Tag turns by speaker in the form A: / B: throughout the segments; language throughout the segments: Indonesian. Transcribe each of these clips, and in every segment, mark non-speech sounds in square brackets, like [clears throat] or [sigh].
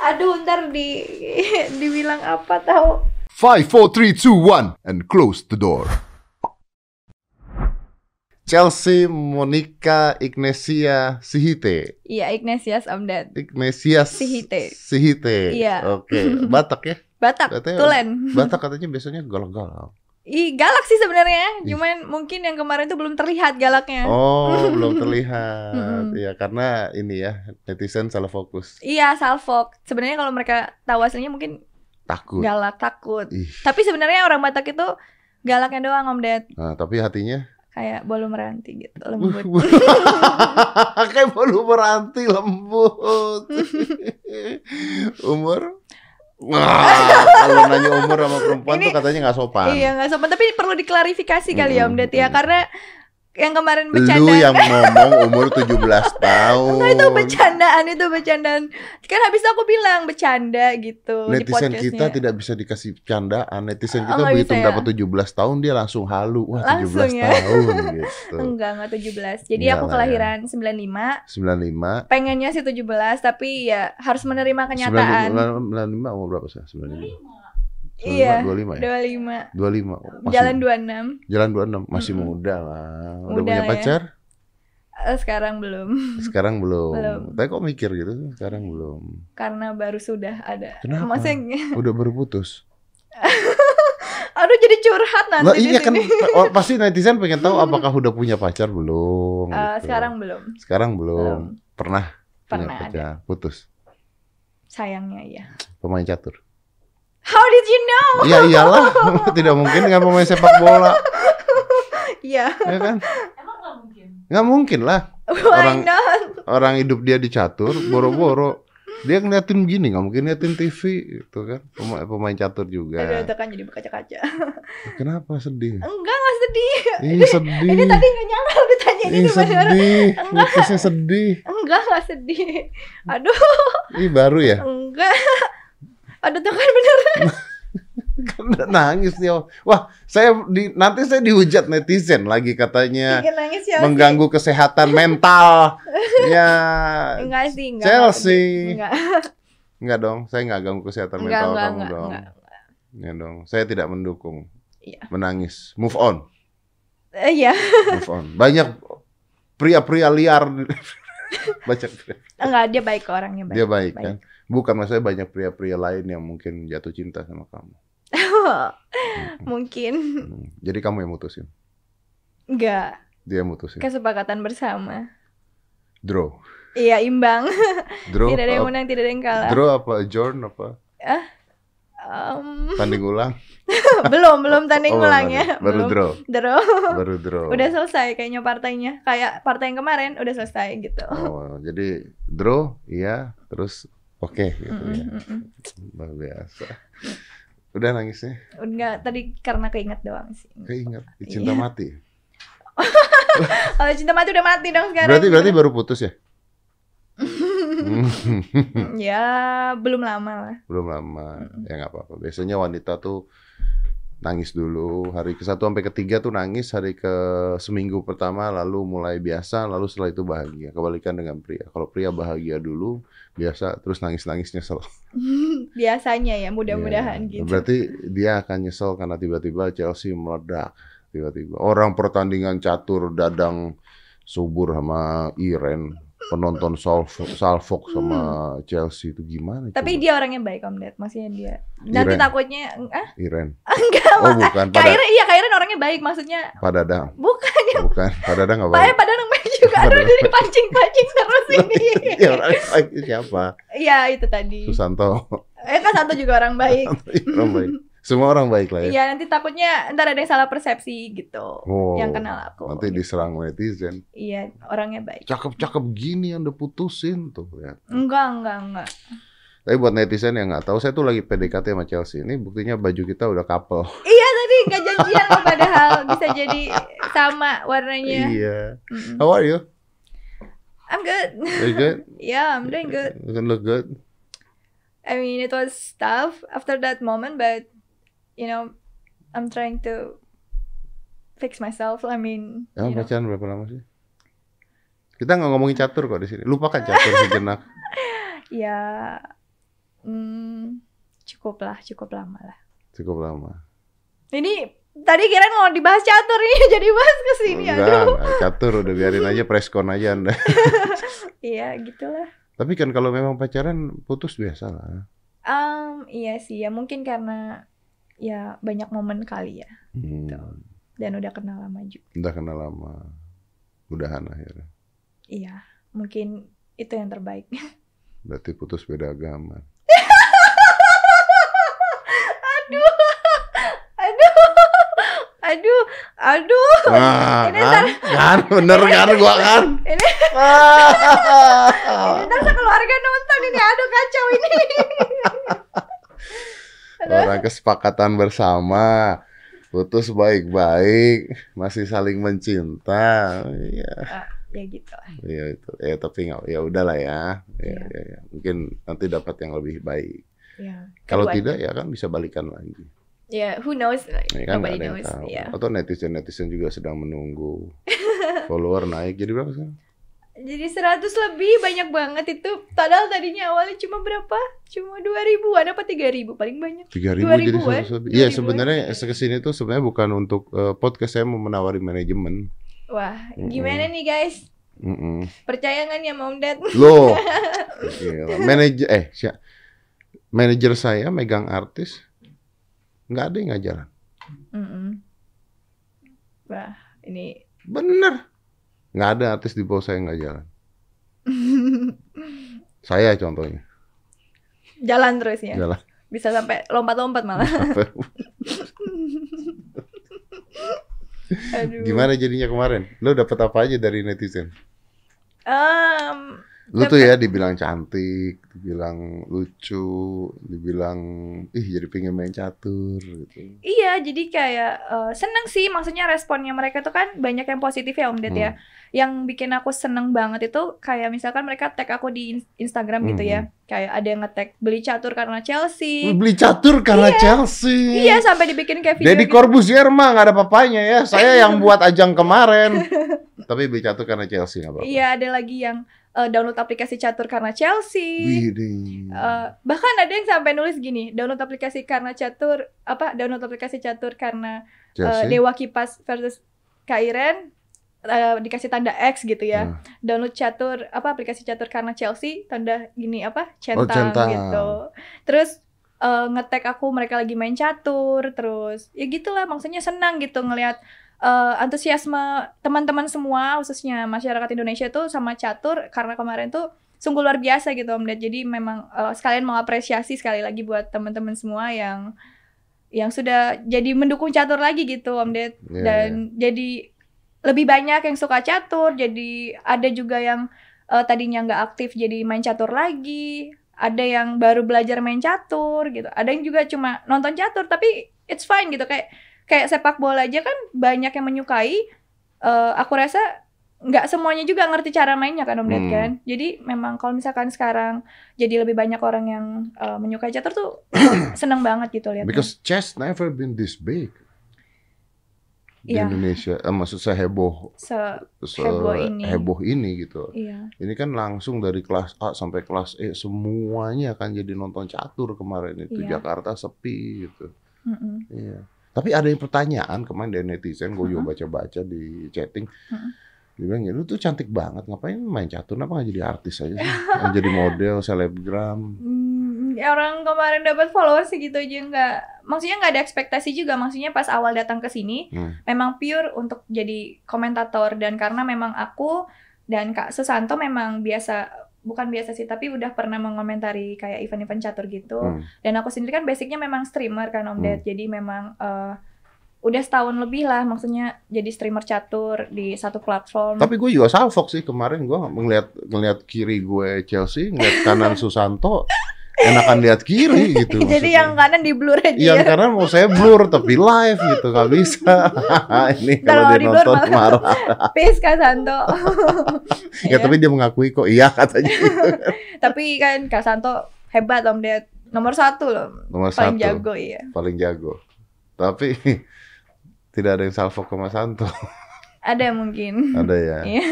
A: Aduh, ntar di [laughs] dibilang apa tahu.
B: 5, 4, 3, 2, 1, and close the door. Chelsea Monica Ignacia Sihite.
A: Iya, Ignatius Amdad.
B: Ignacia
A: Sihite.
B: Sihite.
A: Iya.
B: Oke,
A: [laughs]
B: Batak ya.
A: Batak,
B: Katanya-
A: Tulen.
B: Batak katanya biasanya galak-galak.
A: Ih, galak sih sebenarnya. Cuman mungkin yang kemarin tuh belum terlihat galaknya.
B: Oh, belum
A: [laughs]
B: terlihat.
A: Eh. Mm-mm.
B: Iya, karena ini ya netizen salah fokus.
A: Iya, salfok. Sebenarnya kalau mereka tahu aslinya mungkin
B: Takut.
A: galak, takut.
B: Ih.
A: Tapi sebenarnya orang Batak itu galaknya doang, Om Ded.
B: Nah, tapi hatinya
A: Kayak bolu meranti gitu, lembut.
B: [laughs] kayak bolu
A: [laughs]
B: meranti lembut. umur? Wah, kalau nanya umur sama perempuan
A: Ini-
B: tuh katanya nggak sopan.
A: Iya, nggak sopan. Tapi perlu diklarifikasi kali ya, Om Ded ya.
B: Mm-mm.
A: Karena yang kemarin
B: Lu
A: bercanda
B: yang ngomong umur
A: [laughs]
B: 17 tahun.
A: Enggak Nah, itu bercandaan itu bercandaan. Kan habis itu aku bilang bercanda gitu di
B: Netizen
A: podcastnya.
B: kita tidak bisa dikasih candaan.
A: Oh,
B: Netizen kita
A: nggak bisa
B: begitu
A: ya?
B: mendapat 17 tahun dia langsung halu. Wah, 17
A: Langsung ya? [laughs]
B: tahun gitu.
A: enggak enggak 17. Jadi
B: Iyalah
A: aku
B: ya.
A: kelahiran 95,
B: 95
A: pengennya sih 17 tapi ya harus menerima kenyataan.
B: 95 95 umur berapa sih? 95.
A: Iya.
B: 25 ya?
A: 25.
B: 25. Oh, masih-
A: Jalan 26.
B: Jalan 26 masih
A: Mm-mm.
B: muda lah. Udah
A: Muda
B: punya
A: lah ya.
B: pacar?
A: Eh, sekarang belum [laughs]
B: Sekarang belum.
A: Belum.
B: Tapi kok mikir gitu? Sekarang belum.
A: karena baru sudah ada.
B: Kenapa?
A: Maksudnya
B: Udah baru putus.
A: [laughs] aduh jadi curhat nanti
B: Lah
A: di
B: iya kan
A: sini. Eh,
B: oh, pasti netizen pengen tahu apakah udah punya pacar belum
A: Eh,
B: gitu.
A: sekarang belum.
B: sekarang belum. Pernah punya
A: Pernah ada.
B: pacar, putus.
A: Sayangnya ya.
B: Pemain catur.
A: How did you know?
B: Iya iyalah, [laughs] tidak mungkin dengan pemain sepak bola,
A: Iya. [laughs]
B: ya kan?
C: Emang nggak mungkin?
B: Nggak mungkin lah.
A: Why
B: Orang-
A: not?
B: Orang hidup dia dicatur, boro-boro. Dia ngeliatin gini, nggak mungkin ngeliatin TV gitu kan. Pemain, pemain catur
A: Aduh,
B: juga.
A: itu kan jadi berkaca-kaca. [laughs]
B: Kenapa sedih?
A: Enggak, enggak sedih.
B: Ih sedih.
A: Ini tadi nggak nyangka aku ditanya
B: Ih
A: gitu bener.
B: sedih, putusnya sedih.
A: Enggak, enggak sedih. Aduh,
B: Ih baru ya.
A: enggak. Aduh, tuh kan bener. Iya.
B: Udah nangis dia. Wah, saya di, nanti saya dihujat netizen lagi katanya
A: Bikin nangis ya.
B: mengganggu kesehatan
A: [laughs]
B: mental. ya,
A: Enggak sih, enggak.
B: Chelsea.
A: Enggak,
B: enggak dong, saya enggak ganggu kesehatan
A: enggak,
B: mental
A: enggak,
B: kamu
A: enggak,
B: dong.
A: enggak.
B: Ya dong, saya tidak mendukung.
A: Iya.
B: Menangis, move on,
A: Eh, Iya,
B: move on. Banyak pria-pria liar [laughs] baca
A: enggak dia baik kok, orangnya baik.
B: dia baik kan. Bukan maksudnya banyak pria-pria lain yang mungkin jatuh cinta sama kamu.
A: [laughs] Mungkin
B: Hmm. Jadi kamu yang mutusin.
A: enggak
B: Dia yang mutusin.
A: kesepakatan bersama.
B: Draw.
A: Iya, imbang.
B: Draw.
A: tidak ada yang
B: apa-
A: menang, tidak ada yang kalah.
B: Draw apa adjourn apa?
A: Em, [laughs]
B: Tanding ulang?
A: belum, belum tanding
B: Oh,
A: ulang
B: baru-
A: ya.
B: Baru Oh.
A: Belum. [laughs]
B: draw,
A: Draw.
B: baru draw.
A: Udah selesai kayaknya partainya. Kayak partai yang kemarin udah selesai gitu.
B: Oh, jadi draw, iya, terus oke gitu
A: Mm-mm,
B: ya.
A: mm-mm.
B: Luar biasa. Udah nangisnya,
A: Enggak, tadi karena keinget doang sih.
B: keinget
A: Iya.
B: cinta mati.
A: Kalau cinta mati udah mati dong sekarang.
B: Berarti berarti baru
A: [laughs]
B: putus ya? Hmm,
A: Ya, belum lama lah. [laughs]
B: Belum lama, ya nggak apa-apa. Biasanya wanita tuh nangis dulu hari ke satu sampai ketiga tuh nangis hari ke seminggu pertama lalu mulai biasa lalu setelah itu bahagia kebalikan dengan pria kalau pria bahagia dulu biasa terus nangis nangisnya selalu
A: Biasanya ya, [laughs] mudah-mudahan
B: Iya.
A: gitu.
B: Berarti dia akan nyesel karena tiba-tiba Chelsea meledak. Tiba-tiba orang pertandingan catur dadang subur sama Iren penonton Salfok, Salfok sama Chelsea itu gimana?
A: Hmm. Tapi
B: coba?
A: dia orangnya baik Om Ded, maksudnya dia. Nanti
B: Iren.
A: takutnya ah
B: Iren.
A: [laughs] enggak
B: Oh
A: Mak.
B: bukan
A: Kak
B: pada
A: Iren, iya Kak Iren orangnya baik maksudnya. [laughs]
B: Padadang.
A: Bukan ya,
B: Bukan Padadang nggak
A: Pak
B: baik.
A: padahal yang baik juga. Aduh,
B: Padahal.
A: udah dipancing-pancing terus ini.
B: [laughs] Iya, orang baik itu siapa?
A: Iya, itu tadi.
B: Susanto. [laughs] Iya,
A: Eh, Kak Santo juga orang baik.
B: orang baik. Semua orang baik lah ya.
A: [laughs] Iya, nanti takutnya ntar ada yang salah persepsi gitu.
B: Oh,
A: Yang kenal aku.
B: Nanti diserang netizen.
A: Iya, orangnya baik.
B: Cakep-cakep gini yang udah putusin tuh lihat.
A: Enggak, enggak, enggak.
B: Tapi buat netizen yang nggak tahu, saya tuh lagi PDKT sama Chelsea. Ini buktinya baju kita udah couple.
A: Iya tadi nggak janjian loh padahal bisa jadi sama warnanya.
B: [laughs] Iya.
A: Mm-mm.
B: How are you?
A: I'm good. [laughs]
B: You good?
A: Yeah, I'm doing good.
B: You look good.
A: I mean, it was tough after that moment, but you know, I'm trying to fix myself. I mean,
B: Emang
A: you know.
B: pacaran berapa lama sih? Kita nggak ngomongin catur kok di sini. Lupakan catur sejenak.
A: yeah, ya, mm, cukup lah cukup lama lah
B: cukup lama.
A: ini tadi kirain mau dibahas catur ini [laughs] jadi bahas ke sini aduh
B: Enggak, enggak, catur udah biarin aja preskon aja anda.
A: iya gitulah
B: Tapi kan kalau memang pacaran putus biasa lah.
A: um, iya sih ya mungkin karena ya banyak momen kali ya
B: Hmm,
A: dan udah kenal lama juga
B: udah kenal lama, mudahan akhirnya.
A: iya mungkin itu yang terbaik [laughs]
B: Berarti putus beda agama.
A: aduh aduh aduh aduh
B: Wah,
A: Ini
B: kan, kan, bener kan gua kan.
A: [laughs] Ini-
B: Ah.
A: ini ntar sekeluarga nonton ini aduh kacau
B: [laughs]
A: ini
B: [laughs] Orang kesepakatan bersama, putus baik-baik, masih saling mencinta. Iya,
A: ya gitu lah.
B: iya itu. Ya tapi nggak, ya udahlah ya. Ya,
A: Iya.
B: ya, ya. Mungkin nanti dapat yang lebih baik.
A: ya
B: Kalau
A: Kedua-
B: tidak ya kan bisa balikan lagi.
A: ya who knows like,
B: Ya kan nggak
A: nobody
B: ada yang
A: knows
B: tahu.
A: ya
B: Atau netizen netizen juga sedang menunggu follower naik. Jadi berapa sekarang?
A: jadi 100 lebih banyak banget itu padahal tadinya awalnya cuma berapa cuma dua ribuan apa tiga ribu paling banyak
B: tiga
A: 2000
B: ribu jadi
A: eh?
B: seratus lebih. Iya
A: 2000 eh?
B: sebenarnya kesini tuh sebenarnya bukan untuk eh, podcast saya mau menawari manajemen.
A: wah
B: Mm-mm.
A: gimana nih guys
B: Mm-mm.
A: percaya nggak nih sama om ded
B: Loh, gila. manajer eh si- manajer saya megang artis nggak ada yang ngajaran.
A: Mm-mm. wah ini [laughs]
B: Bener, nggak ada artis di bawah saya yang ngajaran. Saya contohnya
A: jalan terus ya
B: jalan.
A: bisa sampai lompat-lompat malah Aduh.
B: [laughs] Gimana jadinya kemarin? Lo dapet apa aja dari netizen?
A: Em,
B: Lu tuh
A: kan
B: ya dibilang cantik, dibilang lucu, dibilang ih jadi pengen main catur gitu.
A: iya jadi kayak eh, seneng sih maksudnya responnya mereka tuh kan banyak yang positif ya
B: Hmm.
A: om Ded ya yang bikin aku seneng banget itu kayak misalkan mereka tag aku di in- Instagram gitu ya kayak ada yang nge-tag beli catur karena Chelsea
B: Beli catur karena Chelsea.
A: iya sampai dibikin kayak video
B: Deddy
A: gitu.
B: Corbuzier mah nggak ada papanya ya.
A: [laughs]
B: Saya yang buat ajang kemarin. Tapi beli catur karena Chelsea nggak apa-apa.
A: iya ada lagi yang eh, download aplikasi catur karena Chelsea
B: Widih.
A: Eh, bahkan ada yang sampai nulis gini download aplikasi karena catur apa download aplikasi catur karena eh,
B: Chelsea.
A: Dewa Kipas versus Kairen eh, dikasih tanda X gitu ya
B: Nah,
A: download catur apa aplikasi catur karena Chelsea tanda gini apa centang,
B: centang.
A: gitu terus eh, ngetek aku mereka lagi main catur terus ya gitulah maksudnya senang gitu ngelihat eh, antusiasme teman-teman semua khususnya masyarakat Indonesia tuh sama catur karena kemarin tuh sungguh luar biasa gitu Om Ded jadi memang eh, sekalian mengapresiasi sekali lagi buat teman-teman semua yang yang sudah jadi mendukung catur lagi gitu Om Ded
B: iya, iya.
A: dan jadi lebih banyak yang suka catur jadi ada juga yang eh, tadinya nggak aktif jadi main catur lagi ada yang baru belajar main catur gitu ada yang juga cuma nonton catur tapi it's fine gitu kayak kayak sepak bola aja kan banyak yang menyukai Eh, aku rasa nggak semuanya juga ngerti cara mainnya kan om Ded
B: Hmm.
A: kan jadi memang kalau misalkan sekarang jadi lebih banyak orang yang eh, menyukai catur
B: [clears throat]
A: tuh seneng banget gitu lihat
B: Because chess never been this big di
A: Iya.
B: Indonesia. Eh, maksud saya heboh
A: se
B: se-
A: Heboh ini.
B: heboh ini gitu.
A: iya
B: Ini kan langsung dari kelas A sampai kelas E semuanya akan jadi nonton catur kemarin itu
A: Iya.
B: Jakarta sepi gitu.
A: Mm-mm.
B: Iya. Tapi ada yang pertanyaan kemarin dari netizen, gue
A: Mm-mm.
B: juga baca-baca di chatting.
A: Mm-mm.
B: Dia bilang, "Ya, lu tuh cantik banget, ngapain main catur, kenapa nggak jadi artis aja sih? Nggak jadi model, selebgram.
A: Hmm, ya orang kemarin dapat followers segitu aja nggak, maksudnya nggak ada ekspektasi juga, maksudnya pas awal datang ke sini,
B: Hmm.
A: memang pure untuk jadi komentator dan karena memang aku dan Kak Susanto memang biasa, bukan biasa sih, tapi udah pernah mengomentari kayak event-event catur gitu.
B: Hmm.
A: Dan aku sendiri kan basicnya memang streamer kan Om
B: Hmm.
A: Ded, jadi memang eh, udah setahun lebih lah, maksudnya jadi streamer catur di satu platform.
B: Tapi gue juga salfok sih kemarin, gue ngeliat, ngeliat kiri gue Chelsea, ngeliat kanan Susanto, enakan lihat kiri
A: [laughs]
B: gitu.
A: jadi
B: maksudnya.
A: yang kanan di blur aja.
B: Yang
A: ya.
B: Iya, karena mau saya blur tapi live gitu nggak
A: [laughs]
B: bisa. Ini kalau
A: Kalau
B: dia
A: di blur
B: nonton
A: malah-
B: marah.
A: Peace Kak
B: [laughs]
A: Santo.
B: Ya,
A: Iya.
B: tapi dia mengakui kok iya katanya.
A: [laughs] Tapi kan Kak Santo hebat Om Ded. Nomor satu loh.
B: Nomor
A: Paling
B: satu.
A: jago iya.
B: [laughs]
A: [laughs]
B: paling jago. Tapi tidak ada yang salvo ke Mas Santo.
A: Ada mungkin.
B: Ada ya.
A: [laughs] Iya.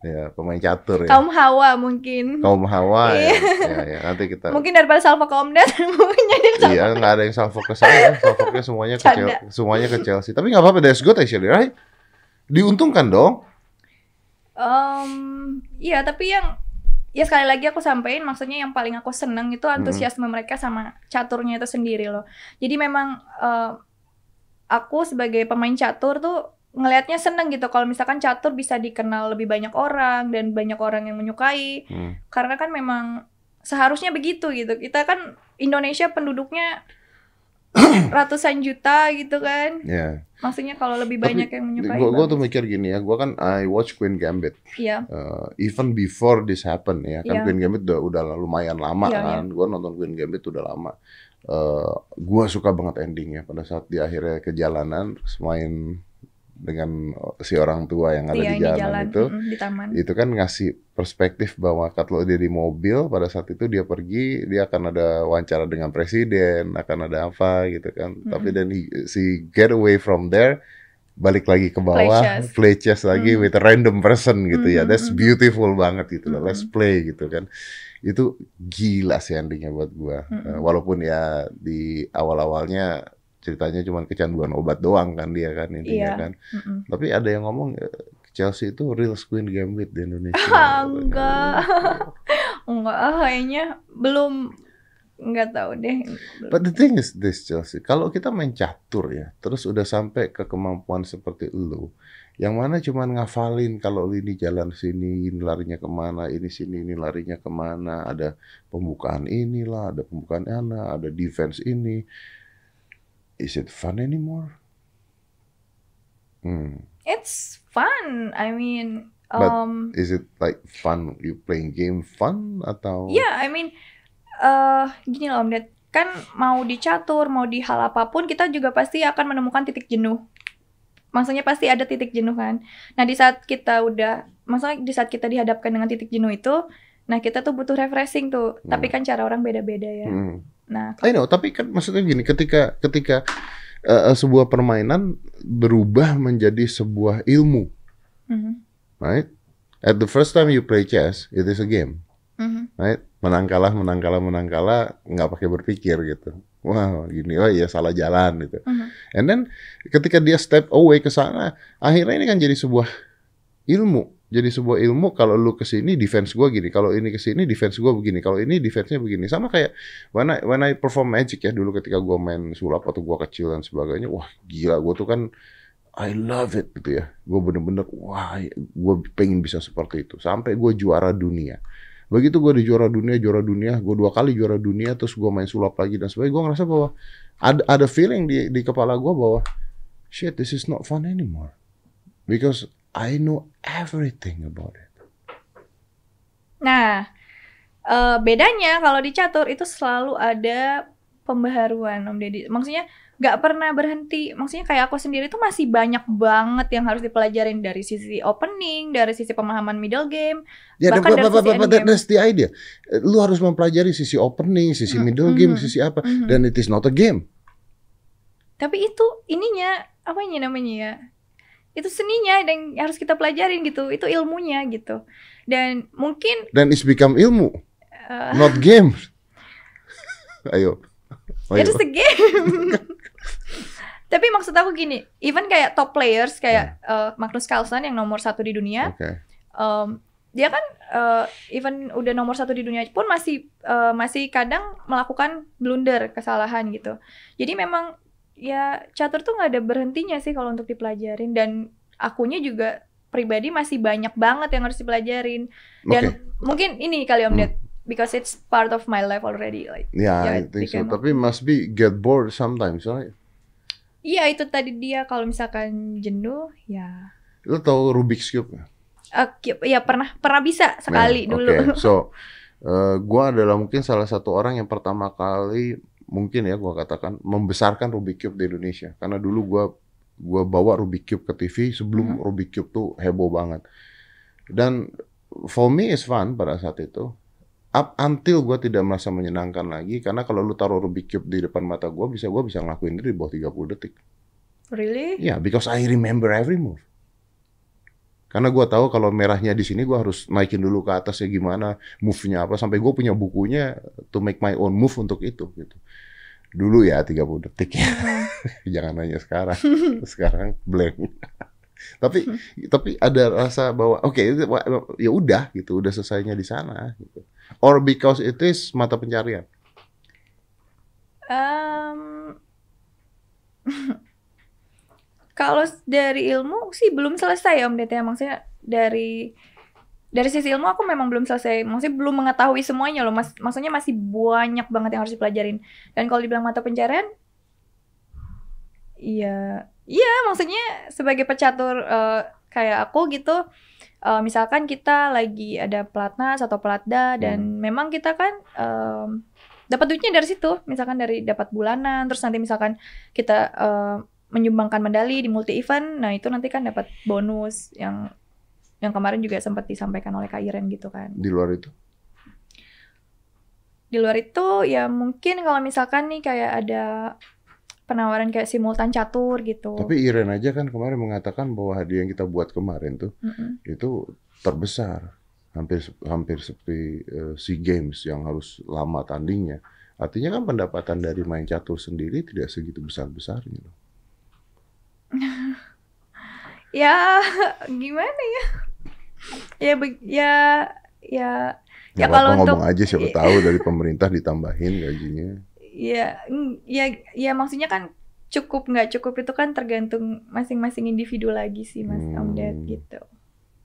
B: ya, pemain catur ya.
A: Kaum Hawa mungkin.
B: Kaum Hawa
A: Iya.
B: ya. ya, ya. Nanti kita
A: Mungkin daripada Salva Komda [laughs] mungkin jadi Salva.
B: Iya, nggak ada yang salvo ke saya. Salvoknya semuanya ke
A: Canda.
B: Chelsea, semuanya ke Chelsea. Tapi nggak apa-apa, that's good actually, right? Diuntungkan dong.
A: Em, iya, tapi yang ya sekali lagi aku sampaikan maksudnya yang paling aku seneng itu antusiasme mereka sama caturnya itu sendiri loh. Jadi memang eh, aku sebagai pemain catur tuh ngelihatnya seneng gitu kalau misalkan catur bisa dikenal lebih banyak orang dan banyak orang yang menyukai
B: Hmm.
A: karena kan memang seharusnya begitu gitu. Kita kan Indonesia
B: [clears throat]
A: penduduknya ratusan juta gitu kan.
B: Ya.
A: Maksudnya kalau lebih
B: Tapi,
A: banyak yang menyukai.
B: Gua, gua tuh
A: bagus.
B: mikir gini ya, gua kan I watch Queen Gambit.
A: Iya.
B: Uh, even before this happen ya, kan
A: Iya.
B: Queen Gambit udah, udah lumayan lama
A: Iya,
B: kan. Gua nonton Queen Gambit udah lama. Uh, gua suka banget endingnya pada saat di akhirnya ke jalanan terus main dengan si orang tua yang ada
A: Iya,
B: di jalan, itu.
A: mm, di taman.
B: itu kan ngasih perspektif bahwa kalau dia di mobil pada saat itu dia pergi dia akan ada wawancara dengan presiden akan ada apa gitu kan tapi dan he- si get away from there balik lagi ke bawah
A: Flashes.
B: play chess lagi
A: Mm.
B: with a random person gitu ya
A: Mhm, mhm.
B: that's beautiful banget gitu loh
A: Mhm.
B: let's play gitu kan itu gila sih endingnya buat gua
A: Mhm.
B: Eh, walaupun ya di awal-awalnya ceritanya cuma kecanduan obat doang kan dia kan intinya
A: Iya.
B: kan
A: Mm-mm.
B: tapi ada yang ngomong eh, Chelsea itu real Queen Gambit di Indonesia.
A: Ah, [laughs] enggak. Enggak, ah, kayaknya belum nggak tahu deh. Belum.
B: [laughs] But the thing is this Chelsea, kalau kita main catur ya, terus udah sampai ke kemampuan seperti lu, yang mana cuman ngafalin kalau ini jalan sini, ini larinya kemana, ini sini, ini larinya kemana, ada pembukaan inilah, ada pembukaan ana, ada defense ini. Is it fun anymore? Hmm.
A: It's fun. I mean,
B: But-
A: um,
B: Is it like fun? You playing game fun atau?
A: yeah, Iya, I mean, eh gini loh Om Ded, kan mau dicatur, mau di hal apapun, kita juga pasti akan menemukan titik jenuh. Maksudnya pasti ada titik jenuh kan. Nah di saat kita udah, maksudnya di saat kita dihadapkan dengan titik jenuh itu, nah kita tuh butuh refreshing tuh. Tapi kan cara orang beda-beda ya.
B: Hmm.
A: Nah
B: I know, tapi kan maksudnya gini, ketika ketika eh, eh, sebuah permainan berubah menjadi sebuah ilmu,
A: mhm,
B: right? At the first time you play chess, it is a game.
A: mhm.
B: Menang kalah, menang kalah, menang kalah, nggak pakai berpikir gitu. Wow, gini, oh iya salah jalan gitu.
A: Mhm.
B: And then ketika dia step away ke sana, akhirnya ini kan jadi sebuah ilmu. Jadi sebuah ilmu kalau lu ke sini defense gua gini, kalau ini ke sini defense gua begini, kalau ini defense-nya begini. Sama kayak when I, when I perform magic ya dulu ketika gua main sulap atau gua kecil dan sebagainya, wah gila gua tuh kan I love it gitu ya. Gua bener-bener wah gua pengen bisa seperti itu sampai gua juara dunia. Begitu gua di juara dunia, juara dunia, gua dua kali juara dunia terus gua main sulap lagi dan sebagainya, gua ngerasa bahwa ada ada feeling di di kepala gua bahwa shit this is not fun anymore because I know everything about it.
A: Nah, eh, bedanya kalau di catur itu selalu ada pembaharuan, Om Deddy. Maksudnya nggak pernah berhenti. Maksudnya kayak aku sendiri tuh masih banyak banget yang harus dipelajarin dari sisi opening, dari sisi pemahaman middle game.
B: Ya,
A: Bahkan
B: but-
A: dari
B: but-
A: sisi
B: but- but
A: endgame.
B: that's the idea. Eh, Lu harus mempelajari sisi opening, sisi
A: Mm,
B: middle game,
A: mhm.
B: sisi apa.
A: Mhm.
B: Dan it is not a game.
A: Tapi itu ininya apa namanya ya? Itu seninya dan harus kita pelajarin gitu. Itu ilmunya gitu. Dan mungkin
B: Dan it's become ilmu,
A: eh, [laughs]
B: not game. Ayo. Ayo.
A: Itu
B: [laughs]
A: game. Tapi maksud aku gini, even kayak top players kayak
B: Hmm.
A: eh, Magnus Carlsen yang nomor satu di dunia,
B: Oke. Hmm.
A: em, dia kan eh, even udah nomor satu di dunia pun masih eh, masih kadang melakukan blunder kesalahan gitu. Jadi memang ya catur tuh nggak ada berhentinya sih kalau untuk dipelajarin dan akunya juga pribadi masih banyak banget yang harus dipelajarin dan
B: Oke.
A: mungkin ini kali om
B: Hmm.
A: Ded, because it's part of my life already like ya,
B: Ya, I think
A: became-
B: so. Tapi must be get bored sometimes, right?
A: Iya itu tadi dia kalau misalkan jenuh ya
B: Lu tahu Rubik's cube? nggak?
A: Eh, ki- ya pernah pernah bisa Iya, sekali
B: Nah,
A: dulu.
B: oke. So, eh, gua adalah mungkin salah satu orang yang pertama kali mungkin ya gua katakan membesarkan Rubik Cube di Indonesia. Karena dulu gua gua bawa Rubik Cube ke TV
A: Mm-hmm.
B: sebelum Rubik Cube tuh heboh banget. Dan for me is fun pada saat itu. Up until gua tidak merasa menyenangkan lagi karena kalau lu taruh Rubik Cube di depan mata gua bisa gua bisa ngelakuin itu di bawah 30 detik.
A: [laughs] Really?
B: Ya, because I remember every move. Karena gua tahu kalau merahnya di sini gua harus naikin dulu ke atas ya gimana, move-nya apa sampai gua punya bukunya to make my own move untuk itu gitu. Dulu ya 30 detik ya. [laughs]
A: [laughs]
B: Jangan nanya sekarang. sekarang blank. [laughs] tapi tapi ada rasa bahwa oke itu wa- ya udah gitu, udah selesainya di sana gitu. Or because it is mata pencarian.
A: Em, kalau dari ilmu sih belum selesai ya Om Dete. Maksudnya dari dari sisi ilmu aku memang belum selesai. Maksudnya belum mengetahui semuanya loh. Mas, maksudnya masih banyak banget yang harus dipelajarin. Dan kalau dibilang mata pencarian, iya, iya maksudnya sebagai pecatur eh, kayak aku gitu. eh, misalkan kita lagi ada pelatnas atau pelatda dan memang kita kan em, dapat duitnya dari situ misalkan dari dapat bulanan terus nanti misalkan kita eh, menyumbangkan medali di multi event nah itu nanti kan dapat bonus yang yang kemarin juga sempat disampaikan oleh Kak Iren gitu kan
B: Di luar itu
A: di luar itu ya mungkin kalau misalkan nih kayak ada penawaran kayak simultan catur gitu
B: Tapi Iren aja kan kemarin mengatakan bahwa hadiah yang kita buat kemarin tuh
A: Mm-mm.
B: itu terbesar, hampir hampir seperti eh, Sea Games yang harus lama tandingnya. Artinya kan pendapatan dari main catur sendiri tidak segitu besar besarnya.
A: ya [laughs] gimana ya ya be- ya ya Ya, kalau untuk-
B: ngomong aja siapa tahu dari pemerintah ditambahin gajinya.
A: Ya, mm, ya, ya maksudnya kan cukup nggak cukup itu kan tergantung masing-masing individu lagi sih mas Om
B: Hmm.
A: Ded gitu.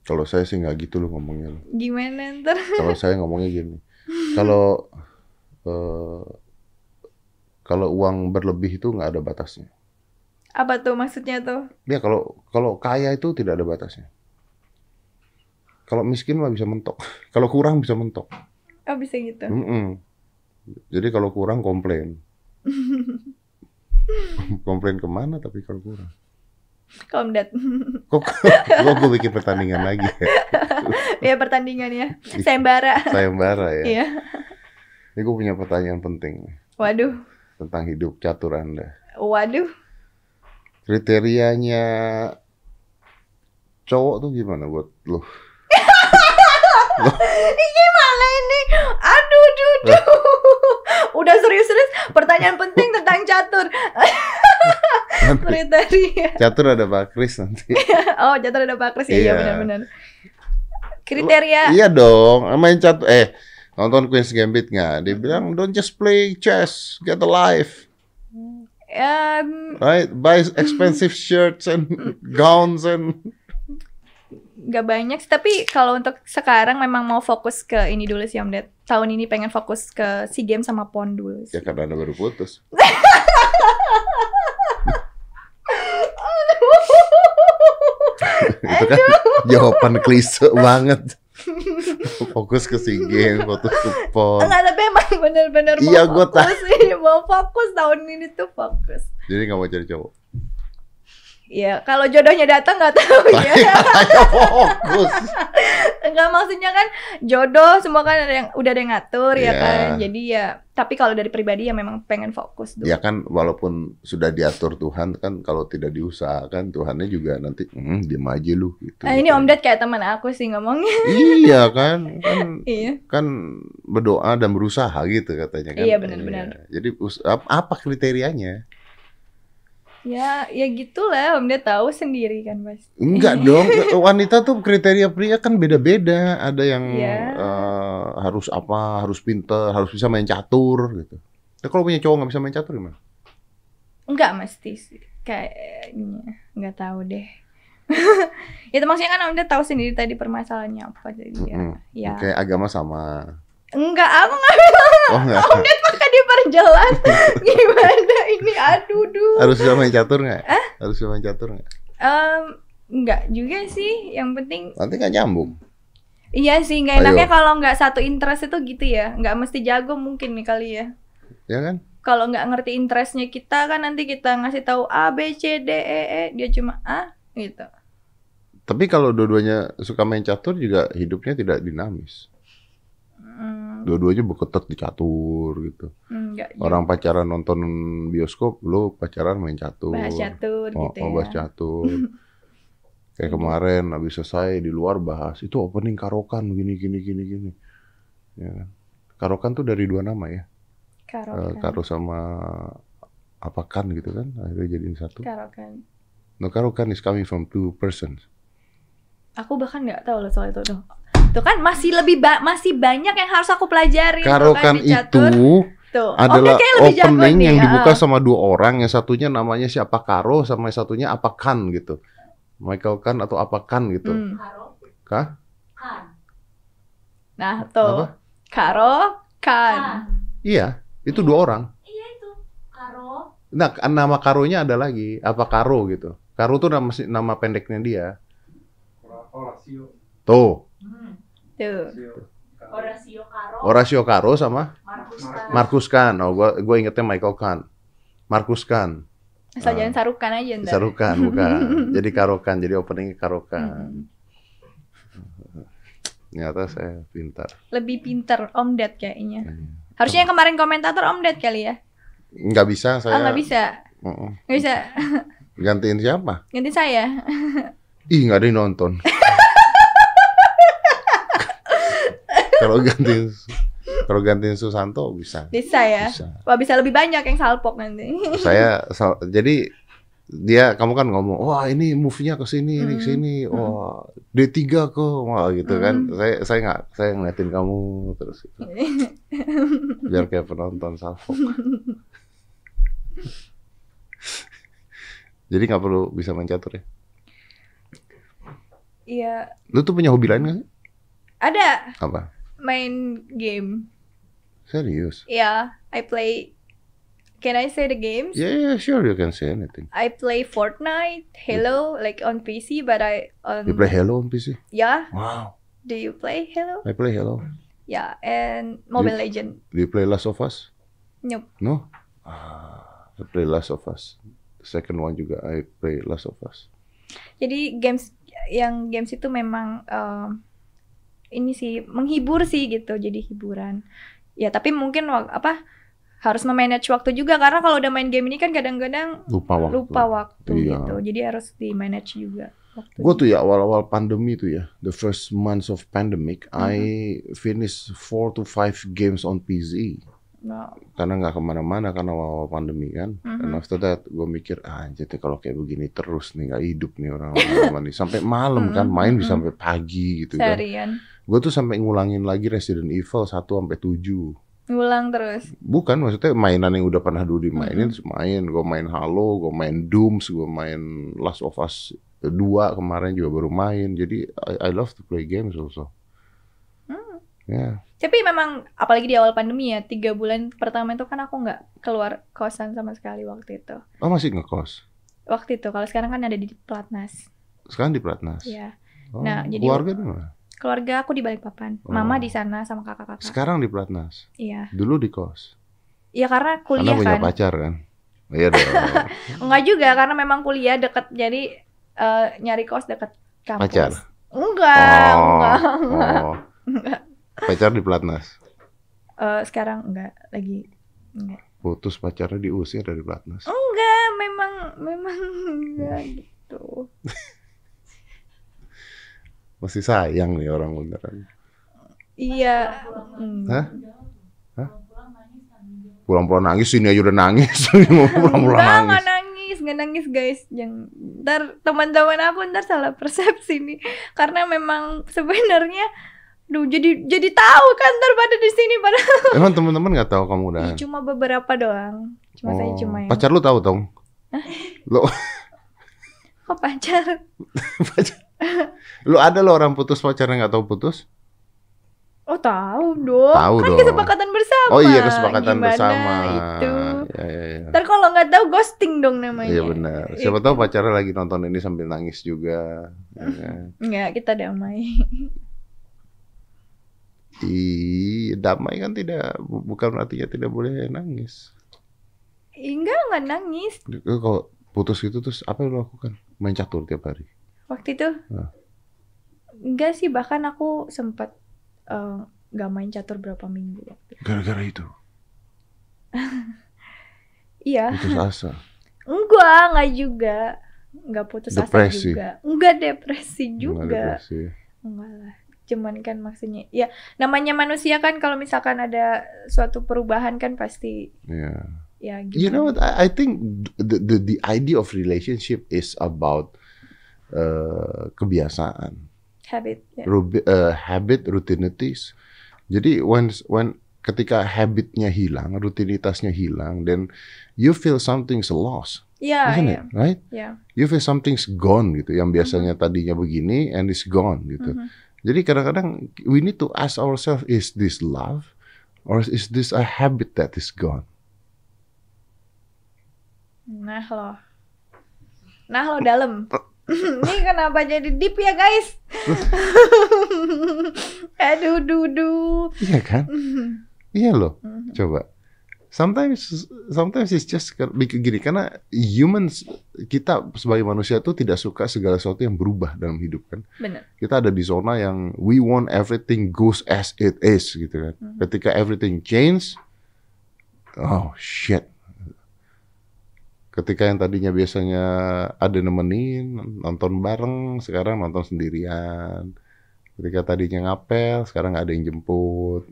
B: Kalau saya sih nggak gitu loh ngomongnya. loh.
A: Gimana ntar?
B: Kalau saya ngomongnya gini, kalau eh, kalau uang berlebih itu nggak ada batasnya.
A: Apa tuh maksudnya tuh?
B: Ya kalau kalau kaya itu tidak ada batasnya. Kalau miskin mah bisa mentok. [laughs] Kalau kurang bisa mentok.
A: Oh bisa gitu.
B: Mm-mm. Jadi kalau kurang komplain. komplain kemana tapi kalau kurang?
A: Kalau Om Ded,
B: Kok [laughs] kok gue bikin pertandingan lagi ya?
A: [laughs] ya pertandingan ya. Sembara.
B: Sayembara ya.
A: Iya.
B: Ini gue punya pertanyaan penting nih,
A: Waduh,
B: tentang hidup catur Anda.
A: waduh.
B: Kriterianya cowok tuh gimana buat lo?
A: Ini gimana ini? Aduh, duh, [laughs] duh. Udah serius-serius. Pertanyaan penting tentang catur.
B: Nanti
A: [laughs] Kriteria.
B: catur ada Pak Kris nanti.
A: Oh catur ada Pak Kris ya? Iya
B: Iya.
A: benar-benar. Kriteria.
B: Iya dong, main catur. Eh, nonton Queen's Gambit nggak? Dia bilang, don't just play chess, get a life,
A: Em,
B: right? Buy expensive shirts and gowns and...
A: nggak banyak sih tapi kalau untuk sekarang memang mau fokus ke ini dulu sih Om Ded tahun ini pengen fokus ke SEA Games sama PON dulu sih.
B: Ya karena Anda baru putus.
A: Ya. [laughs]
B: Itu kan jawaban klise banget. Fokus ke SEA Games, fokus ke PON.
A: Enggak tapi emang [laughs] bener-bener mau
B: Oh. Iya, gua
A: fokus sih mau fokus tahun ini tuh fokus
B: Jadi nggak mau cari cowok.
A: ya kalau jodohnya datang nggak tahu
B: [laughs]
A: ya [laughs]
B: Ayo fokus.
A: Enggak maksudnya kan jodoh semua kan ada yang udah ada yang ngatur ya
B: Iya.
A: kan jadi ya tapi kalau dari pribadi ya memang pengen fokus dulu
B: Ya kan walaupun sudah diatur Tuhan kan kalau tidak diusahakan Tuhannya juga nanti hmm, diam aja lu gitu.
A: nah ini Om Ded kayak teman aku sih ngomongnya [laughs]
B: Iya kan kan
A: iya
B: kan berdoa dan berusaha gitu katanya kan.
A: Iya, benar-benar.
B: Iya. Jadi us- ap- apa kriterianya?
A: ya ya gitulah Om Ded tahu sendiri kan mas
B: Enggak [laughs] dong, wanita tuh kriteria pria kan beda-beda. Ada yang
A: Iya.
B: eh, harus apa, harus pinter, harus bisa main catur gitu. Nah, kalau punya cowok nggak bisa main catur gimana?
A: Enggak mesti sih kayaknya nggak tahu deh. [laughs] itu maksudnya kan Om Ded tahu sendiri tadi permasalahannya apa jadi ya.
B: Mm-mm.
A: ya.
B: Kayak agama sama.
A: Enggak, aku nggak [laughs]
B: Oh enggak. [laughs]
A: makan diperjelas. [laughs] Gimana ini? Aduh duh.
B: harus bisa main catur nggak? Harus bisa main catur nggak?
A: Em, enggak juga sih. Yang penting
B: Nanti nggak nyambung.
A: iya sih nggak
B: Ayo.
A: enaknya kalau nggak satu interest itu gitu ya. Nggak mesti jago mungkin nih kali ya.
B: Ya kan?
A: Kalau nggak ngerti interestnya kita kan nanti kita ngasih tahu A B C D E E dia cuma A gitu.
B: Tapi kalau dua-duanya suka main catur juga hidupnya tidak dinamis.
A: Hmm,
B: Dua-duanya berketat di catur gitu.
A: enggak juga.
B: Orang pacaran nonton bioskop, lo pacaran main catur.
A: bahas catur
B: Oh,
A: gitu [laughs] ya.
B: oh,
A: Iya.
B: bahas catur. Kayak kemarin habis selesai di luar bahas itu opening Karokan gini gini gini gini. Ya kan? Karokan tuh dari dua nama ya.
A: Karo
B: Eh,
A: kan.
B: Karo sama Apakan gitu kan akhirnya jadiin satu.
A: Karo kan.
B: No Karokan is coming from
A: Iya,
B: two persons.
A: Aku bahkan nggak tahu loh soal itu. Tuh. Tuh kan masih lebih ba- masih banyak yang harus aku pelajari. tuh
B: Karokan
A: di catur.
B: itu
A: Tuh.
B: adalah
A: Oke, kayaknya lebih jago
B: opening
A: nih,
B: yang
A: ah.
B: dibuka sama dua orang yang satunya namanya siapa Karo sama yang satunya apa Kan gitu Michael Kan atau apa Kan gitu
A: Hmm.
B: Kah?
C: Kan.
A: Nah, tuh.
B: Apa?
A: Karo kan.
B: iya itu dua orang
C: Iya itu. Karo.
B: nah k- nama Karonya ada lagi apa Karo gitu Karo tuh nama si- nama pendeknya dia
D: Orasio.
B: tuh
C: Hmm.
A: Tuh.
C: Horacio Karo.
B: Horacio Karo sama
C: Marcus Karo.
B: Markus Kan oh gua gua ingetnya Michael Kan Markus Kan
A: Asal
B: Ah.
A: jangan sarukan aja ntar.
B: Sarukan bukan jadi Karokan jadi openingnya Karokan
A: Mm-mm.
B: ternyata saya pintar
A: Lebih pinter Om Ded kayaknya. Harusnya yang kemarin komentator Om Ded kali ya.
B: nggak
A: Ah,
B: bisa saya
A: nggak bisa.
B: Mm-mm.
A: Nggak bisa.
B: gantiin siapa
A: Ganti saya.
B: Ih nggak ada yang nonton. kalau gantiin kalau gantiin Susanto bisa.
A: Bisa ya.
B: Bisa.
A: Wah, bisa lebih banyak yang salpok nanti. [laughs]
B: Saya sal- jadi dia kamu kan ngomong wah ini move-nya ke sini ini ke
A: Mm.
B: sini wah D3 ke wah gitu kan
A: Mm.
B: saya saya nggak saya ngeliatin kamu terus gitu. biar kayak penonton salvo [laughs] jadi nggak perlu bisa main catur ya
A: Iya,
B: lu tuh punya hobi lain nggak sih
A: ada
B: apa
A: main game.
B: serius
A: Iya, I play Can I say the games?
B: yeah, yeah sure you can say anything
A: I play Fortnite, Halo, like on PC, but I on
B: You play Halo on PC?
A: yeah.
B: Wow.
A: Do you play Halo?
B: I play Halo.
A: Yeah, Ya, and Mobile
B: Iya.
A: Legend.
B: Do you play Last of Us?
A: Nope.
B: No? Ah, I play Last of Us. The second one juga I play Last of Us.
A: Jadi games yang games itu memang um, ini sih menghibur sih gitu, jadi hiburan. Ya tapi mungkin wak- apa harus memanage waktu juga karena kalau udah main game ini kan kadang-kadang
B: Lupa waktu.
A: lupa waktu
B: Iya.
A: gitu. Jadi harus di manage juga. waktu.
B: Gue tuh ya awal-awal pandemi tuh ya, the first months of pandemic,
A: Hmm.
B: I finish four to five games on PC
A: No.
B: karena nggak kemana-mana karena awal-awal pandemi kan. Dan
A: Mhm.
B: after that gue mikir ah anjir deh, kalau kayak begini terus nih nggak hidup nih orang lama nih sampai malam
A: [laughs]
B: kan main
A: Hmm.
B: bisa sampai pagi gitu kan.
A: Seharian
B: Gue tuh sampai ngulangin lagi Resident Evil 1 sampai 7.
A: ngulang terus.
B: Bukan maksudnya mainan yang udah pernah dulu dimainin terus main. Gue main Halo, gue main Dooms, gue main Last of Us 2 kemarin juga baru main. Jadi I, I love to play games also. Ya,
A: Hmm. Tapi memang apalagi di awal pandemi ya, tiga bulan pertama itu kan aku nggak keluar kosan sama sekali waktu itu.
B: oh masih ngekos.
A: Waktu itu kalau sekarang kan ada di Platnas.
B: Sekarang di Platnas.
A: Ya.
B: Oh,
A: Nah, jadi-
B: keluarga di mana?
A: Keluarga aku di Balikpapan.
B: Oh.
A: Mama di sana sama kakak-kakak.
B: Sekarang di Platnas.
A: Iya.
B: Dulu di kos.
A: Iya karena kuliah
B: Karena punya
A: kan.
B: pacar kan. Iya
A: [laughs]
B: dong.
A: Enggak juga karena memang kuliah deket jadi eh, nyari kos deket kampus.
B: Pacar?
A: Enggak, Ah, enggak.
B: oh. Pacar di Platnas.
A: Eh, sekarang enggak lagi. Enggak.
B: Putus pacarnya diusir dari Platnas.
A: Enggak, memang memang enggak gitu.
B: Masih sayang nih orang beneran.
A: Iya.
B: Hah? Hah?
C: Hah? Pulang nangis sambil jauh.
B: pulang-pulang nangis sini aja udah nangis [laughs] Mau
A: Enggak,
B: pulang-pulang nangis
A: nggak nangis, nggak nangis guys. Yang ntar teman-teman aku ntar salah persepsi nih, karena memang sebenarnya, duh jadi jadi tahu kan ntar pada di sini pada
B: emang teman-teman nggak tahu kamu udah
A: Ih, Iya, cuma beberapa doang, cuma saya cuma yang
B: Nah. Oh. pacar lu tahu tong
A: kok Oh, pacar
B: lu ada lo orang putus pacarnya nggak tahu putus
A: oh tahu dong
B: Tahu
A: kan
B: dong.
A: kesepakatan bersama
B: oh iya kesepakatan
A: Gimana
B: bersama
A: itu
B: ya ya ya
A: ntar kalau nggak tahu ghosting dong namanya
B: Iya benar. Siapa tahu pacarnya lagi nonton ini sambil nangis juga. ya
A: Ah.
B: kan?
A: nggak kita damai [laughs]
B: Ih, damai kan tidak bu- bukan artinya tidak boleh nangis.
A: enggak nggak nangis
B: Lu Kalau putus gitu terus apa yang lu lakukan? Main catur tiap hari.
A: waktu itu
B: Hah.
A: enggak sih bahkan aku sempat eh, nggak main catur berapa minggu waktu itu.
B: Gara-gara itu
A: iya
B: putus asa.
A: enggak enggak Iya. juga nggak putus
B: Depresi.
A: asa juga nggak depresi
B: Nggak
A: juga
B: depresi.
A: Enggak lah. Cuman kan maksudnya ya namanya manusia kan kalau misalkan ada suatu perubahan kan pasti
B: Iya.
A: ya gitu.
B: You know what? I, I think the, the the idea of relationship is about eh, kebiasaan.
A: habit. Ya.
B: Rubi- eh, habit rutinities. Jadi when when ketika habitnya hilang, rutinitasnya hilang, then you feel something's lost,
A: Ya,
B: isn't
A: ya.
B: it? Right?
A: Yeah. Mm-hmm.
B: You feel something's gone gitu, yang biasanya tadinya begini and it's gone gitu.
A: Mhm.
B: Jadi kadang-kadang we need to ask ourselves is this love or is this a habit that is gone?
A: Nah loh. Nah lo
B: [laughs]
A: dalam.
B: Oh.
A: [laughs] Ini kenapa jadi deep ya guys? Eh, Aduh dudu.
B: Iya kan? Iya loh. Coba. Sometimes sometimes it's just ke- bik- gini karena humans kita sebagai manusia tuh tidak suka segala sesuatu yang berubah dalam hidup kan.
A: Bener.
B: Kita ada di zona yang we want everything goes as it is gitu kan.
A: Mhm.
B: Ketika everything change oh shit. Ketika yang tadinya biasanya ada nemenin, nonton bareng, sekarang nonton sendirian. Ketika tadinya ngapel, sekarang nggak ada yang jemput.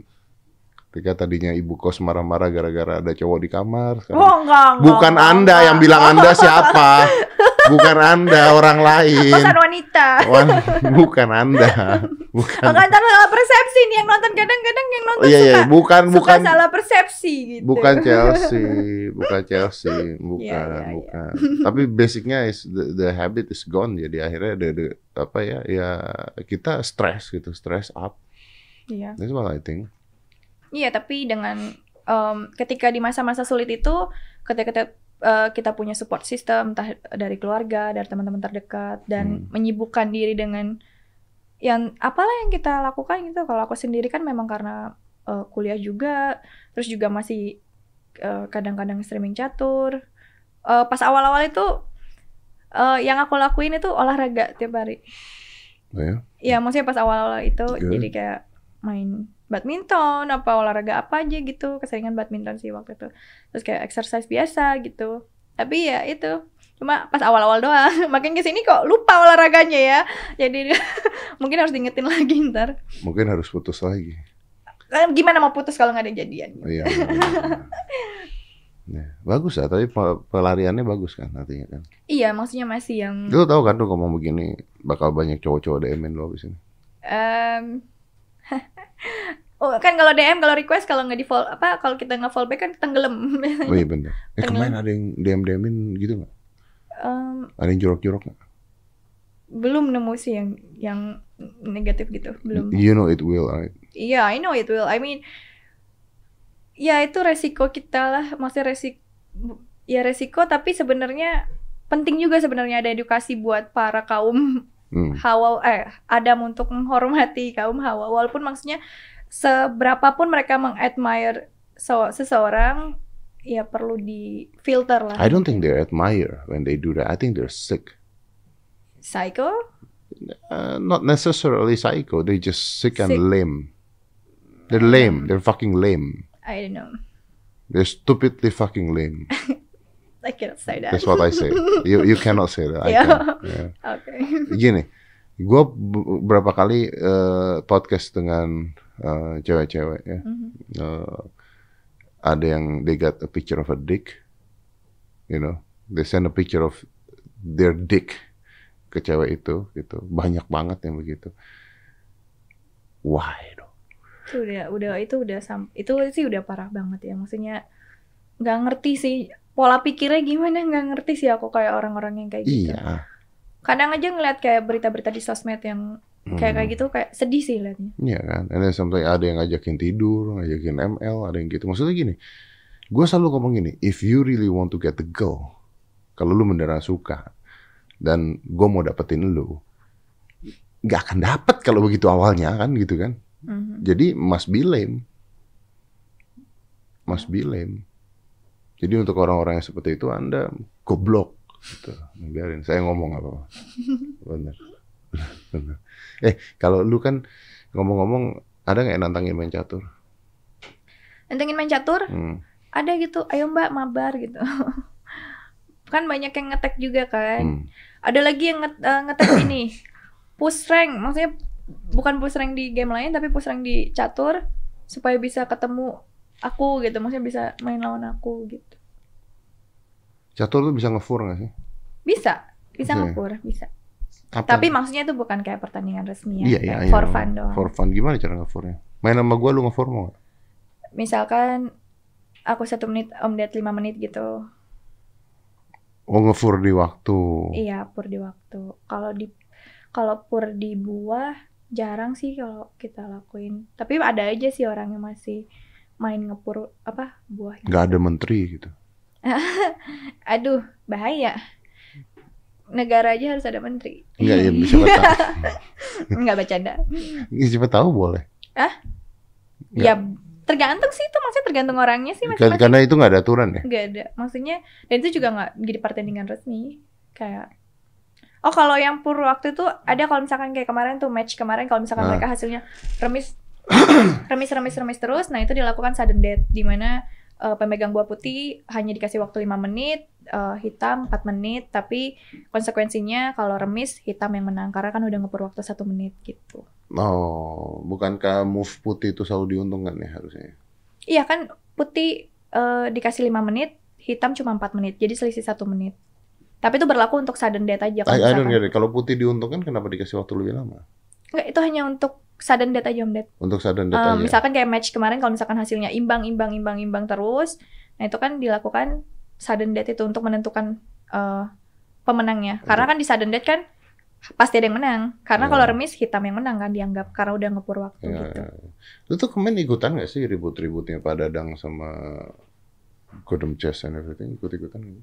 B: Ketika tadinya ibu kos marah-marah gara-gara ada cowok di kamar, sekarang
A: Oh enggak, enggak,
B: Kan Bukan
A: enggak,
B: Anda
A: enggak.
B: yang bilang Anda siapa. Bukan Anda, orang lain.
A: Pesan wanita.
B: Wan- [laughs] Bukan
A: [laughs]
B: Anda. Bukan.
A: Enggak ntar salah persepsi nih yang nonton kadang-kadang yang nonton
B: Kan. Iya, iya,
A: suka,
B: bukan
A: suka
B: bukan
A: salah persepsi gitu. [laughs]
B: bukan Chelsea, bukan Chelsea, bukan,
A: Iya, iya, iya.
B: bukan. Tapi basicnya is the, the habit is gone jadi akhirnya ada ada- apa ya ya kita stress gitu, stress up.
A: Iya.
B: That's what I think.
A: Iya, tapi dengan em, ketika di masa-masa sulit itu, ketika kita, eh, kita punya support system, entah dari keluarga, dari teman-teman terdekat, dan
B: Hmm.
A: menyibukkan diri dengan yang apalah yang kita lakukan gitu. Kalau aku sendiri kan memang karena eh, kuliah juga, terus juga masih eh, kadang-kadang streaming catur. Eh, pas awal-awal itu eh, yang aku lakuin itu olahraga tiap hari.
B: Oh ya.
A: Iya, maksudnya pas awal-awal itu
B: Good.
A: jadi kayak main badminton apa olahraga apa aja gitu, keseringan badminton sih waktu itu. Terus kayak exercise biasa gitu. Tapi ya itu cuma pas awal-awal doang. [laughs] Makin kesini kok lupa olahraganya ya. Jadi [laughs] mungkin harus diingetin lagi ntar.
B: Mungkin harus putus lagi.
A: Eh, Gimana mau putus kalau nggak ada jadian? [laughs]
B: Iya. benar, benar. Ya, bagus lah, tapi pe- pelariannya bagus kan nantinya kan.
A: Iya, maksudnya masih yang
B: Lu tau kan tuh ngomong begini bakal banyak cowok-cowok DM-in lu abis ini.
A: Em, [laughs] oh, kan kalau DM, kalau request, kalau nggak di follow apa, kalau kita nggak follow back kan tenggelam. [laughs]
B: Oh iya bener. Eh
A: Tenggelam.
B: kemarin ada yang DM-DM-in gitu nggak?
A: Em,
B: Ada yang jorok-jorok nggak?
A: belum nemu sih yang yang negatif gitu belum
B: You know it will, right?
A: iya I know it will I mean ya itu resiko kita lah maksudnya resiko ya resiko tapi sebenarnya penting juga sebenarnya ada edukasi buat para kaum
B: Hmm.
A: hawa eh Adam untuk menghormati kaum hawa walaupun maksudnya seberapapun mereka mengadmire so, seseorang ya perlu di filter lah
B: I don't think they admire when they do that. I think they're sick.
A: psycho
B: Uh, not necessarily psycho. They just sick and
A: Sick. Ah.
B: lame. They're lame. They're fucking lame.
A: I don't know
B: They're stupidly fucking lame.
A: I cannot [laughs] say that
B: That's what
A: [laughs]
B: I say. You you cannot say that. I
A: Yeah.
B: can't. Yeah.
A: okay [laughs]
B: gini gue berapa kali eh, podcast dengan eh, cewek-cewek ya
A: Mhm.
B: Eh, ada yang they got a picture of a dick you know they send a picture of their dick ke cewek itu gitu banyak banget yang begitu why dong?
A: itu udah udah itu udah sam itu sih udah parah banget ya maksudnya nggak ngerti sih pola pikirnya gimana nggak ngerti sih aku kayak orang-orang yang kayak gitu
B: iya
A: kadang aja ngeliat kayak berita-berita di sosmed yang
B: Hmm.
A: kayak kayak gitu kayak sedih sih liatnya
B: Iya kan, ada sampai ada yang ngajakin tidur, ngajakin ML, ada yang gitu. Maksudnya gini, gue selalu ngomong gini, if you really want to get the girl, kalau lu beneran suka dan gue mau dapetin lu, nggak akan dapet kalau begitu awalnya kan gitu kan.
A: Mhm.
B: Jadi must be lame, must be lame. Jadi untuk orang-orang yang seperti itu anda goblok. Gitu. Biarin, saya ngomong nggak apa-apa. Bener. Bener. Eh kalau lu kan ngomong-ngomong ada nggak yang nantangin main catur?
A: nantengin main catur
B: Hmm.
A: ada gitu ayo mbak mabar gitu [laughs] kan banyak yang ngetek juga kan
B: Hmm.
A: ada lagi yang nge eh, ngetek ini push rank maksudnya bukan push rank di game lain tapi push rank di catur supaya bisa ketemu aku gitu maksudnya bisa main lawan aku gitu
B: Catur tuh bisa ngefur nggak sih?
A: bisa bisa
B: Oke.
A: ngepur bisa
B: Kapan?
A: tapi maksudnya itu bukan kayak pertandingan resmi ya
B: iya, iya,
A: kayak
B: iya.
A: for fun doang
B: For fun gimana cara ngefurnya? Main sama gua lu ngefur mau nggak?
A: misalkan aku satu menit om ded lima menit gitu
B: Oh ngefur di waktu.
A: iya pur di waktu kalau di kalau pur di buah jarang sih kalau kita lakuin tapi ada aja sih orang yang masih main ngepur apa buah gitu.
B: Nggak ada menteri
A: [laughs]
B: gitu.
A: aduh bahaya negara aja harus ada menteri
B: Enggak ya siapa tahu.
A: [laughs] nggak bercanda
B: Ya, siapa tahu boleh.
A: ya tergantung sih itu maksudnya tergantung orangnya sih
B: Kan-
A: masing-masing
B: Karena itu nggak ada aturan ya.
A: nggak ada maksudnya dan itu juga nggak jadi pertandingan resmi kayak oh kalau yang pur waktu itu ada kalau misalkan kayak kemarin tuh match kemarin kalau misalkan
B: Ah.
A: mereka hasilnya remis remis remis remis terus nah itu dilakukan sudden death di mana eh, pemegang buah putih hanya dikasih waktu 5 menit eh, hitam 4 menit tapi konsekuensinya kalau remis hitam yang menang karena kan udah ngepur waktu satu menit gitu
B: Oh, bukankah move putih itu selalu diuntungkan ya harusnya?
A: iya kan putih eh, dikasih 5 menit hitam cuma 4 menit jadi selisih satu menit tapi itu berlaku untuk sudden death aja kalau
B: I, I don't
A: misalkan-
B: get it. Kalau putih diuntungkan kenapa dikasih waktu lebih lama?
A: Enggak, itu hanya untuk sudden death aja om Ded.
B: Untuk Iya, sudden
A: Eh,
B: death aja.
A: misalkan kayak match kemarin kalau misalkan hasilnya imbang imbang imbang imbang terus, nah itu kan dilakukan sudden death itu untuk menentukan eh, pemenangnya. Karena kan di sudden death kan pasti ada yang menang. Karena
B: Iya.
A: kalau remis hitam yang menang kan dianggap karena udah ngepur waktu
B: Ya,
A: gitu.
B: ya. Lu tuh kemarin ikutan gak sih ribut-ributnya Pak Dadang sama Godem Chess and everything? Ikut-ikutan gak?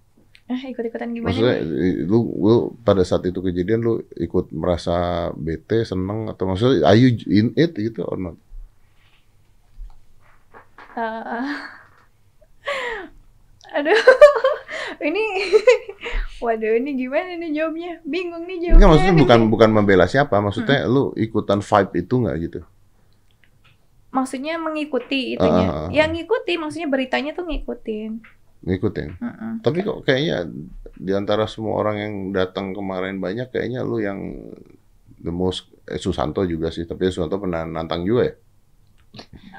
A: Eh, ikut-ikutan gimana? nih?
B: Maksudnya i- lu, lu pada saat itu kejadian lu ikut merasa bete, seneng atau maksudnya are you in it gitu or not?
A: Eh, [laughs] aduh. ini waduh ini gimana nih jawabnya? Bingung nih jawabnya.
B: Enggak maksudnya bukan bukan membela siapa, maksudnya
A: Hmm.
B: lu ikutan vibe itu nggak gitu?
A: maksudnya mengikuti itunya.
B: Ah, ah, ah.
A: Ya ngikuti, maksudnya beritanya tuh ngikutin.
B: Ngikutin.
A: Mm-mm.
B: Tapi kok kayaknya di antara semua orang yang datang kemarin banyak kayaknya lu yang the most eh, Susanto juga sih, tapi Susanto pernah nantang juga ya.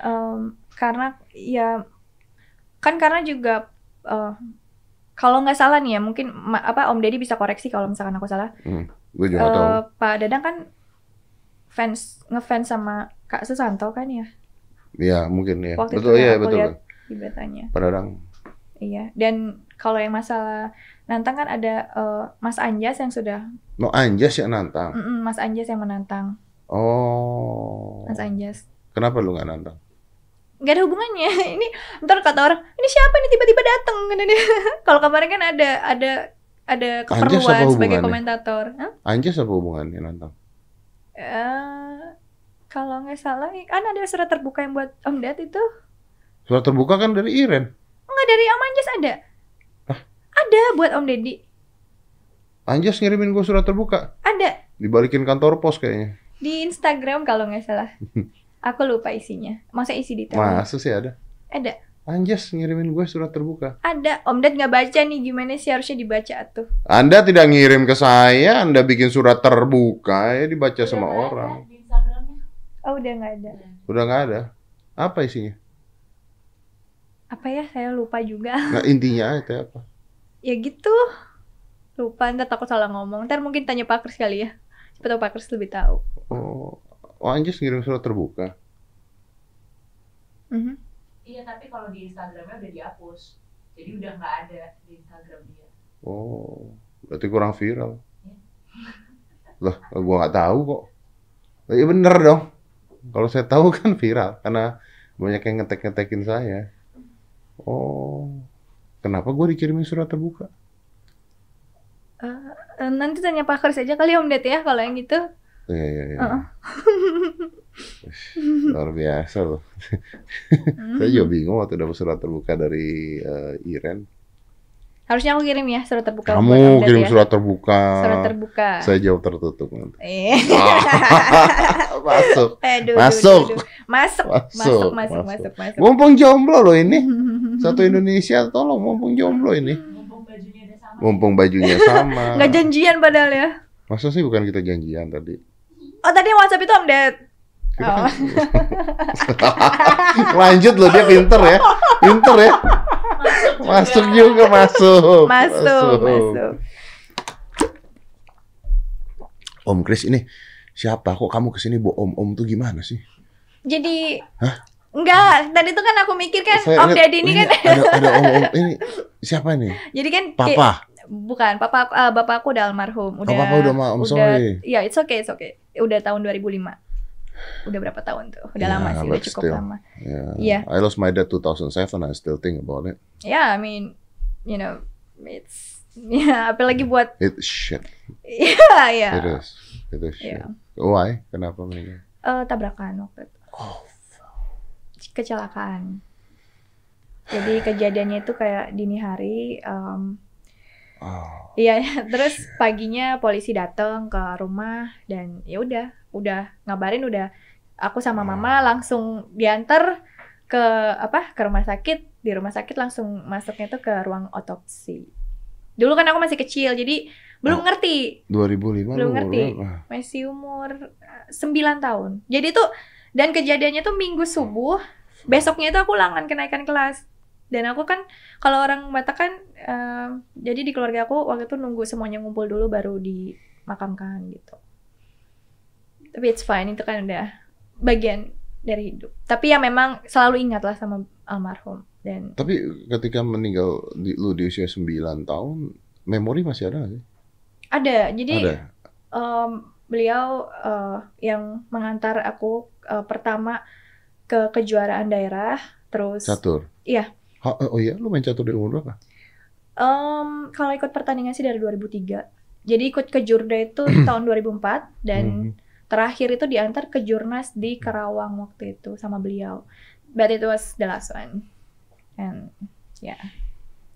A: Em, karena ya kan karena juga eh, kalau nggak salah nih ya mungkin ma- apa Om Deddy bisa koreksi kalau misalkan aku salah.
B: Gue juga nggak Ya, tahu.
A: Eh, Pak Dadang kan fans ngefans sama Kak Susanto kan ya
B: Iya, mungkin ya.
A: Waktu itu
B: betul iya,
A: aku
B: betul.
A: lihat. ibaratnya.
B: Padahal
A: Iya. Dan kalau yang masalah nantang kan ada eh, Mas Anjas yang sudah
B: no anjas yang nantang.
A: Mm-mm, Mas Anjas yang menantang
B: Oh.
A: Mas Anjas.
B: Kenapa lu nggak nantang?
A: nggak ada hubungannya [laughs] ini ntar kata orang ini siapa nih tiba-tiba datang gitu nih. [laughs] kalau kemarin kan ada ada ada
B: apa
A: keperluan sebagai
B: hubungannya?
A: komentator Hah?
B: Anjas apa hubungannya nantang?
A: Eh, kalau nggak salah kan ada surat terbuka yang buat Om Ded itu
B: Surat terbuka kan dari Iren.
A: nggak dari Om Anjas ada ada buat Om Deddy
B: Anjas ngirimin gue surat terbuka.
A: ada
B: Dibalikin kantor pos kayaknya.
A: di Instagram kalau nggak
B: [laughs]
A: salah aku lupa isinya maksudnya isi detailnya
B: Masa sih ada?
A: ada
B: Anjas ngirimin gue surat terbuka.
A: ada Om Ded nggak baca nih gimana sih harusnya dibaca tuh
B: Anda tidak ngirim ke saya, Anda bikin surat terbuka ya dibaca sama
C: Udah nggak ada
B: orang.
C: Di Instagramnya.
A: oh udah nggak ada
B: Udah nggak ada. Apa isinya?
A: apa ya saya lupa juga [laughs]
B: Nah, intinya itu apa?
A: ya gitu lupa ntar takut salah ngomong ntar mungkin tanya Pak Kris kali ya siapa tahu Pak Kris lebih tahu
B: Oh, oh Anjas ngirim surat terbuka.
A: Mhm.
C: Iya, tapi kalau di Instagramnya udah dihapus. Jadi udah nggak ada di Instagram dia.
B: Oh, berarti kurang viral. Loh, gua nggak tahu kok. Lah, Iya bener dong. Kalau saya tahu kan viral karena banyak yang ngetek-ngetekin saya. Oh, kenapa gua dikirimin surat terbuka?
A: Eh, nanti tanya Pak Kris aja kali Om Ded ya kalau yang gitu
B: Iya iya iya.
A: Heeh.
B: Luar biasa loh.
A: Mhm.
B: Saya juga
A: Hmm.
B: bingung waktu dapat surat terbuka dari eh, Iren.
A: harusnya aku kirim ya surat terbuka buat Om
B: Kamu
A: Ded
B: kirim
A: ya.
B: surat terbuka.
A: Surat terbuka
B: [laughs] Saya jawab tertutup nanti. [laughs]
A: Eh,
B: Masuk.
A: aduh, aduh,
B: Masuk.
A: aduh. masuk
B: Masuk,
A: masuk masuk
B: masuk.
A: masuk Hmm. masuk
B: Mumpung jomblo loh ini. Satu Indonesia tolong mumpung jomblo ini. [laughs]
C: Mumpung bajunya udah sama
B: Mumpung bajunya sama.
A: Hmm. nggak janjian padahal ya
B: Masa sih bukan kita janjian tadi?
A: oh tadi yang WhatsApp itu update
B: Kita
A: Oh. [laughs]
B: kan- [laughs] Lanjut loh dia pinter ya. Pinter ya. Masuk juga masuk.
A: masuk masuk
B: Om Kris ini siapa? Kok kamu kesini bu om-om tuh gimana sih?
A: jadi
B: Hah?
A: Enggak, tadi tuh kan aku mikir kan
B: Saya
A: Om
B: ingat,
A: Deddy ini kan
B: ada ada om-om ini siapa nih?
A: jadi kan kayak-
B: Papa.
A: bukan papa aku- ah, bapak aku udah almarhum
B: Oh,
A: udah
B: papa udah ma- I'm
A: udah-
B: sorry.
A: ya it's okay it's okay udah tahun 2005 udah berapa tahun tuh udah
B: Ya,
A: lama sih udah
B: but
A: cukup
B: still.
A: lama
B: Yeah.
A: Iya.
B: I lost my dad 2007 I still think about it.
A: ya I mean you know it's [laughs] ya apalagi buat [laughs]
B: It's shit.
A: ya ya
B: It is. It is shit.
A: Ya.
B: Why? Kenapa meninggal?
A: Eh, tabrakan waktu itu
B: Oh.
A: kecelakaan jadi kejadiannya itu kayak dini hari em,
B: Oh.
A: Iya, [laughs] ya. terus paginya polisi datang ke rumah dan ya udah, udah ngabarin udah aku sama mama langsung diantar ke apa ke rumah sakit di rumah sakit langsung masuknya tuh ke ruang otopsi. Dulu kan aku masih kecil jadi belum ngerti
B: 2005
A: Belum
B: lu
A: ngerti.
B: berapa?
A: masih umur eh, 9 tahun. Jadi tuh dan kejadiannya tuh minggu subuh, besoknya tuh aku ulangan kenaikan kelas. Dan aku kan kalau orang Batak kan eh, jadi di keluarga aku waktu itu nunggu semuanya ngumpul dulu baru dimakamkan gitu. Tapi it's fine itu kan udah bagian dari hidup. Tapi ya memang selalu ingat lah sama almarhum dan
B: Tapi ketika meninggal di, lu di usia 9 tahun, memori masih ada nggak sih?
A: ada. Jadi
B: ada.
A: Em, beliau eh, yang mengantar aku eh, pertama ke kejuaraan daerah terus
B: Catur.
A: Iya.
B: Ha- oh iya, lu main catur dari umur berapa?
A: em, kalau ikut pertandingan sih dari 2003 jadi ikut ke Jurda itu tahun 2004
B: Hmm.
A: dan terakhir itu diantar ke Jurnas di Karawang waktu itu sama beliau but it was the last one and yeah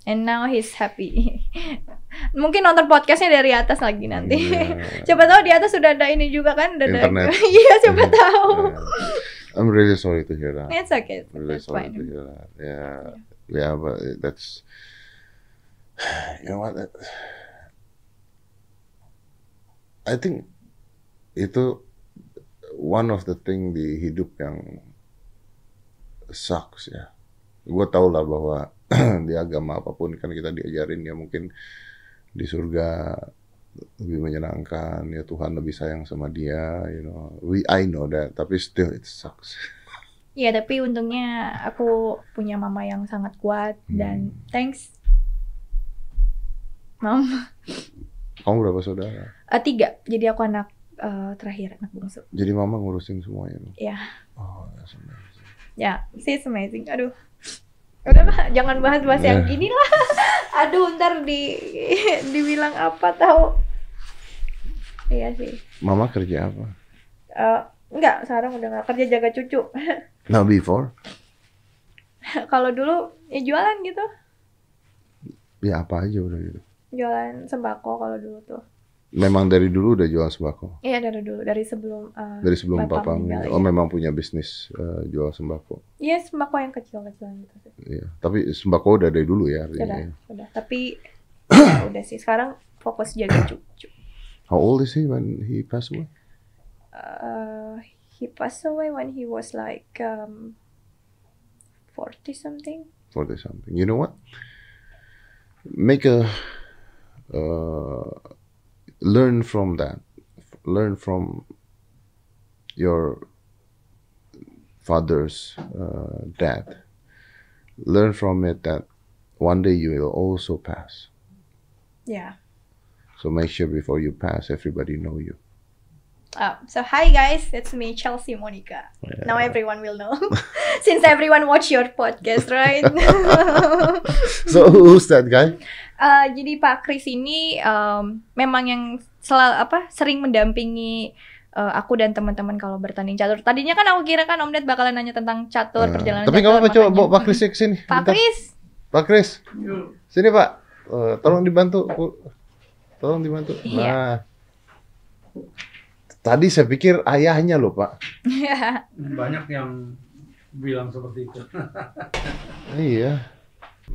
A: and now he's happy [laughs] mungkin nonton podcastnya dari atas lagi nanti [laughs]
B: Iya.
A: Siapa tahu di atas sudah ada ini juga kan, udah ada
B: Internet.
A: [laughs] Iya, siapa
B: Iya.
A: tahu.
B: Yeah. I'm really sorry to hear that.
A: It's okay.
B: I'm really
A: It's
B: sorry to
A: fine.
B: hear that. Yeah. Yeah, Ya, but that's you know what? that- I think itu one of the thing di hidup yang sucks ya. Gue tau lah bahwa [clears throat] di agama apapun kan kita diajarin ya mungkin di surga lebih menyenangkan ya Tuhan lebih sayang sama dia you know we I know that tapi still it sucks
A: Iya, tapi untungnya aku punya mama yang sangat kuat
B: Hmm.
A: dan thanks. Mom,
B: kamu berapa saudara
A: Eh, tiga. Jadi aku anak eh, terakhir, anak bungsu.
B: Jadi mama ngurusin semuanya. dong?
A: Iya.
B: Oh, that's amazing.
A: Ya, sih amazing. Aduh. Udah lah, jangan bahas-bahas yang
B: Ya.
A: gini lah. [laughs] Aduh, ntar di [laughs] dibilang apa tahu. Iya sih.
B: Mama kerja apa?
A: Eh, enggak, sekarang udah nggak kerja jaga cucu.
B: Now before,
A: kalau dulu ya jualan gitu
B: ya apa aja udah gitu.
A: jualan sembako kalau dulu tuh
B: Memang dari dulu udah jual sembako.
A: iya dari dulu dari sebelum eh,
B: Dari sebelum
A: Bapak
B: papa
A: meninggal,
B: meninggal.
A: iya.
B: Oh, memang punya bisnis eh, jual sembako.
A: iya sembako yang kecil-kecilan gitu sih
B: Iya. Tapi sembako udah dari dulu ya artinya.
A: udah
B: ya.
A: udah
B: [clears throat]
A: tapi ya udah sih sekarang fokus jaga cucu
B: How old is he when he passed away?
A: Eh, he passed away when he was like um, 40 something
B: 40 something. You know what? Make a uh, learn from that. Learn from your father's uh, dad. Learn from it that one day you will also pass.
A: yeah
B: So make sure before you pass, everybody know you.
A: Oh, so hi guys, it's me Chelsea Monica.
B: Oh,
A: Now everyone will know [laughs] since everyone watch your podcast, right?
B: [laughs] So who's that guy?
A: Eh, jadi Pak Kris ini em, memang yang selalu apa sering mendampingi eh, aku dan teman-teman kalau bertanding catur. Tadinya kan aku kira kan Om Ded bakalan nanya tentang catur perjalanan.
B: Uh, Eh, Tapi nggak
A: catur,
B: apa-apa, coba
A: makanya-
B: bawa Pak Kris ke sini.
A: Pak
B: bentar.
A: Kris,
B: Pak Kris, sini Pak. Eh, tolong dibantu. Bu. Tolong dibantu.
A: Iya.
B: Nah. Tadi saya pikir ayahnya loh Pak.
D: Banyak yang bilang seperti itu.
B: Iya.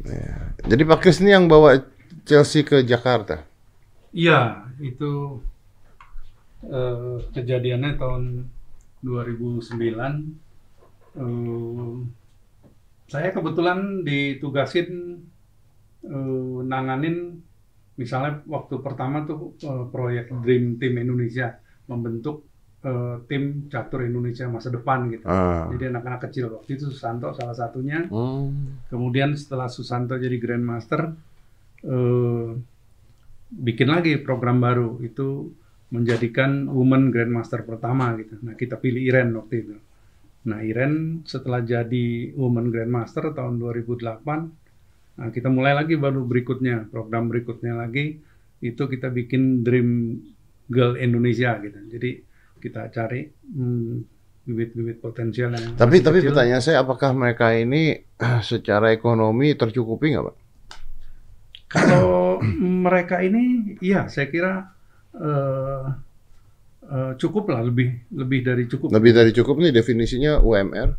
B: Iya. Jadi Pak Kris ini yang bawa Chelsea ke Jakarta.
D: Iya, itu eh, kejadiannya tahun 2009. Eh, saya kebetulan ditugasin eh, nanganin misalnya waktu pertama tuh eh, proyek Dream Team Indonesia membentuk eh, tim catur Indonesia masa depan gitu.
B: Ah.
D: Jadi anak-anak kecil waktu itu Susanto salah satunya.
B: Hmm.
D: Kemudian setelah Susanto jadi Grandmaster, eh, bikin lagi program baru itu menjadikan woman Grandmaster pertama gitu. Nah kita pilih Iren waktu itu. Nah Iren setelah jadi woman Grandmaster tahun 2008, nah, kita mulai lagi baru berikutnya program berikutnya lagi itu kita bikin Dream Girl Indonesia gitu. Jadi kita cari hmm, bibit-bibit potensial yang
B: Tapi
D: masih
B: tapi
D: kecil.
B: pertanyaan saya apakah mereka ini eh, secara ekonomi tercukupi nggak pak?
D: kalau mereka ini iya saya kira eh, eh, cukup lah lebih lebih dari cukup
B: Lebih dari cukup nih definisinya UMR.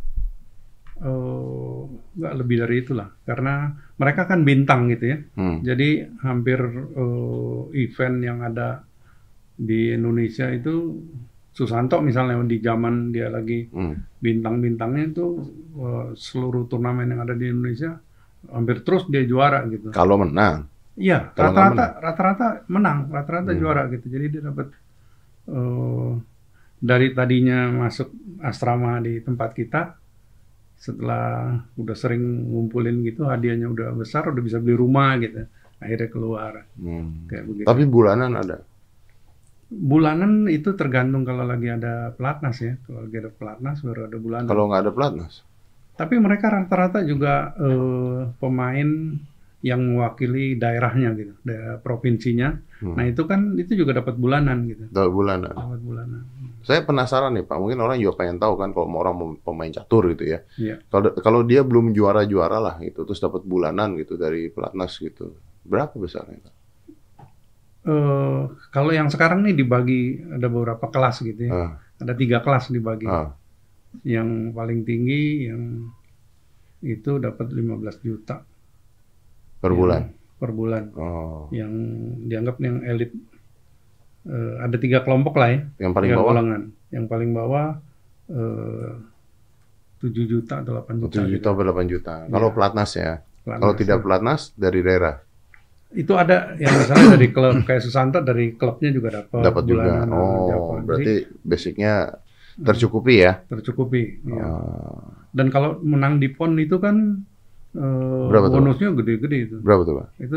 D: Eh, nggak lebih dari itulah karena mereka kan bintang gitu ya
B: Hmm.
D: jadi hampir eh, event yang ada di Indonesia itu Susanto misalnya di zaman dia lagi
B: Hmm.
D: bintang-bintangnya itu eh, seluruh turnamen yang ada di Indonesia hampir terus dia juara gitu
B: Kalau menang.
D: Iya,
B: Kalau nggak
D: rata-rata rata-rata menang, rata-rata
B: Hmm.
D: juara gitu. Jadi dia dapat eh, dari tadinya masuk asrama di tempat kita setelah udah sering ngumpulin gitu hadiahnya udah besar udah bisa beli rumah gitu akhirnya keluar
B: Hmm.
D: kayak begitu
B: Tapi bulanan ada.
D: bulanan itu tergantung kalau lagi ada pelatnas ya kalau lagi ada pelatnas baru ada bulanan
B: Kalau nggak ada pelatnas.
D: tapi mereka rata-rata juga eh, pemain yang mewakili daerahnya gitu daerah provinsinya
B: Hmm.
D: Nah itu kan itu juga dapat bulanan gitu.
B: Kalau bulanan.
D: Dapat bulanan.
B: Saya penasaran nih Pak, mungkin orang juga pengen tahu kan kalau mau orang mau pemain catur gitu ya.
D: Iya.
B: Kalau kalau dia belum juara-juara lah gitu, terus dapat bulanan gitu dari pelatnas gitu. Berapa besarnya? Pak?
D: Eh, kalau yang sekarang nih dibagi ada beberapa kelas gitu ya.
B: Ah.
D: Ada tiga kelas dibagi.
B: Ah.
D: Yang paling tinggi yang itu dapat 15 juta
B: Per bulan.
D: Yang- per bulan.
B: Oh.
D: Yang dianggap yang elit. Eh, ada tiga kelompok lah ya.
B: Yang paling
D: tiga
B: bawah
D: golongan. Yang paling bawah eh, 7 juta atau 8 juta.
B: 7 Oh, juta
D: gitu.
B: atau 8 juta. Kalau
D: Iya.
B: pelatnas ya.
D: Pelatnas.
B: Kalau tidak pelatnas dari daerah
D: itu ada yang misalnya dari klub kayak Susanto dari klubnya juga dapat
B: dapat juga.
D: bulanan, eh,
B: Oh,
D: dapat. Jadi,
B: berarti basicnya tercukupi ya.
D: tercukupi iya.
B: Oh.
D: dan kalau menang di pon itu kan eh,
B: Berapa tuh?
D: bonusnya gede-gede itu
B: Berapa tuh, Pak?
D: itu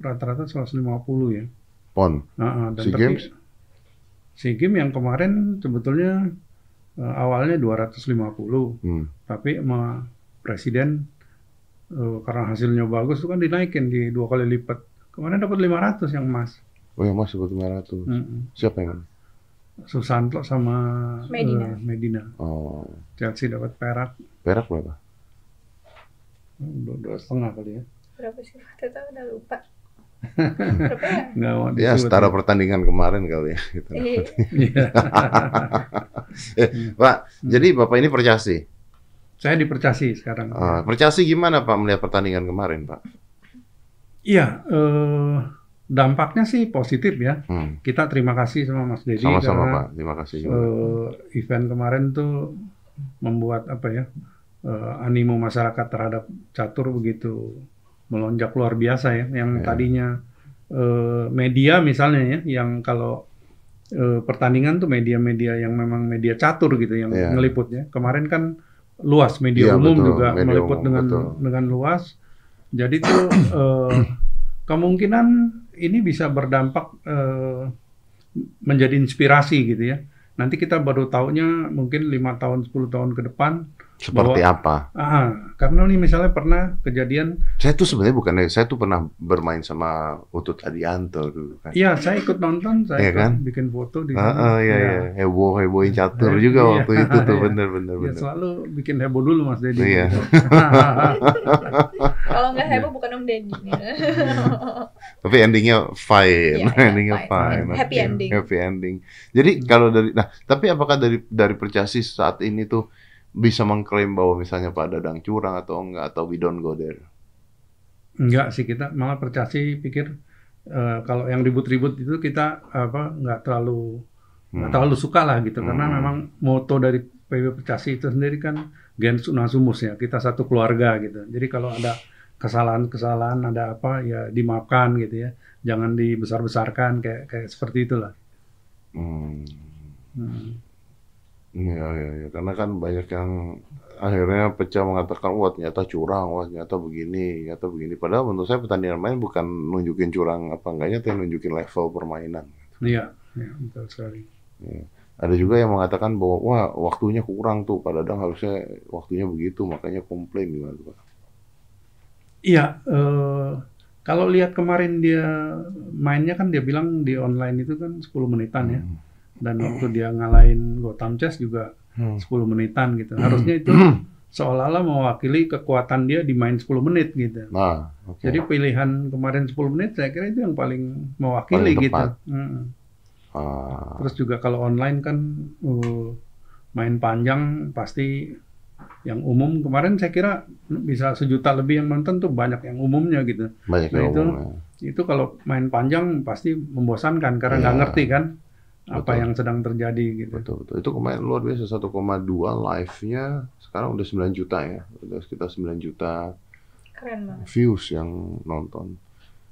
D: rata-rata 150 ya
B: Pon.
D: Ah, ah, dan
B: SEA
D: tapi-
B: Games?
D: SEA Games yang kemarin sebetulnya eh, awalnya 250
B: Hmm.
D: tapi sama presiden eh, karena hasilnya bagus itu kan dinaikin di dua kali lipat kemarin dapat 500 yang emas
B: Oh, yang Mas sebut 500.
D: Mm-mm.
B: Siapa yang?
D: Susanto sama
A: Medina.
D: eh, Medina.
B: Oh,
D: Chelsea dapat perak
B: perak berapa?
D: dua, dua setengah kali ya.
A: Berapa sih? Tetap udah lupa.
B: [laughs]
A: Berapa ya?
D: Nggak mau
B: Ya,
D: disebut.
B: setara pertandingan kemarin kali ya gitu.
A: Iya.
D: [laughs]
B: [laughs]
D: Iya.
B: Eh, Pak,
D: Hmm.
B: jadi Bapak ini percasi.
D: Saya dipercasi sekarang.
B: Ah, percasi gimana Pak melihat pertandingan kemarin, Pak?
D: Iya, eh, dampaknya sih positif ya.
B: Hmm.
D: Kita terima kasih sama Mas Dedi
B: Sama-sama,
D: karena
B: Pak. Terima kasih juga.
D: eh, event kemarin tuh membuat apa ya? eh, animo masyarakat terhadap catur begitu melonjak luar biasa ya. Yang
B: Iya.
D: tadinya eh, media misalnya ya, yang kalau eh, pertandingan tuh media-media yang memang media catur gitu yang
B: Iya.
D: ngeliputnya. Kemarin kan luas media
B: Iya,
D: umum
B: betul.
D: juga
B: Media
D: meliput
B: umum,
D: dengan
B: betul.
D: dengan luas. Jadi
B: [clears throat]
D: tuh eh, kemungkinan ini bisa berdampak eh, menjadi inspirasi gitu ya. Nanti kita baru taunya mungkin lima tahun 10 tahun ke depan.
B: Seperti apa?
D: Ah, karena nih misalnya pernah kejadian,
B: Saya tuh sebenarnya bukan saya tuh pernah bermain sama Utut Adianto dulu kan.
D: iya saya ikut nonton, saya
B: Iya
D: ikut
B: kan?
D: bikin foto di sana.
B: Ah, ah, iya,
D: Iya.
B: iya. heboh hebohin catur
D: Iya.
B: juga waktu itu tuh
D: Iya.
B: bener bener
D: Dia
B: bener.
D: selalu bikin heboh dulu Mas Deddy.
B: Iya.
D: gitu.
A: Kalau nggak heboh bukan Om
B: [laughs]
A: Deddy.
B: Tapi endingnya fine,
A: Iya, iya,
B: Iya, [laughs] endingnya fine.
A: fine. Happy
B: Oke,
A: ending.
B: Happy ending. Jadi
D: Hmm.
B: kalau dari, nah tapi apakah dari dari percasi saat ini tuh bisa mengklaim bahwa misalnya Pak Dadang curang atau enggak atau we don't go there?
D: Enggak sih kita malah percasi pikir eh, kalau yang ribut-ribut itu kita apa nggak terlalu nggak terlalu suka lah gitu karena
B: Hmm.
D: memang moto dari PB Percasi itu sendiri kan gens unasumus ya kita satu keluarga gitu jadi kalau ada kesalahan-kesalahan ada apa ya dimaafkan gitu ya jangan dibesar-besarkan kayak kayak seperti itulah
B: Hmm.
D: Hmm.
B: Iya, iya, iya. Karena kan banyak yang akhirnya pecah mengatakan, wah ternyata curang, wah ternyata begini, ternyata begini. Padahal menurut saya pertandingan main bukan nunjukin curang apa enggaknya, tapi nunjukin level permainan.
D: iya iya betul sekali
B: Ada juga yang mengatakan bahwa, wah waktunya kurang tuh, padahal harusnya waktunya begitu, makanya komplain gimana tuh, Pak.
D: Iya, eh, kalau lihat kemarin dia mainnya kan dia bilang di online itu kan 10 menitan ya. Dan waktu dia ngalahin Gotham Chess juga
B: Iya. Hmm.
D: 10 menitan gitu. Harusnya itu seolah-olah mewakili kekuatan dia di main 10 menit gitu.
B: Nah, oke.
D: Jadi pilihan kemarin 10 menit saya kira itu yang paling mewakili
B: Paling
D: gitu.
B: tepat.
D: Mm.
B: Ah,
D: Terus juga kalau online kan eh, main panjang pasti yang umum kemarin saya kira bisa sejuta lebih yang nonton tuh banyak yang umumnya gitu.
B: banyak
D: nah
B: yang
D: itu-
B: ngomongnya.
D: itu kalau main panjang pasti membosankan karena nggak
B: Iya.
D: ngerti kan apa
B: Betul.
D: yang sedang terjadi gitu.
B: Betul, betul. Itu kemarin luar biasa 1,2 live-nya, sekarang udah 9 juta ya. Udah sekitar 9 juta
A: Keren banget.
B: views yang nonton.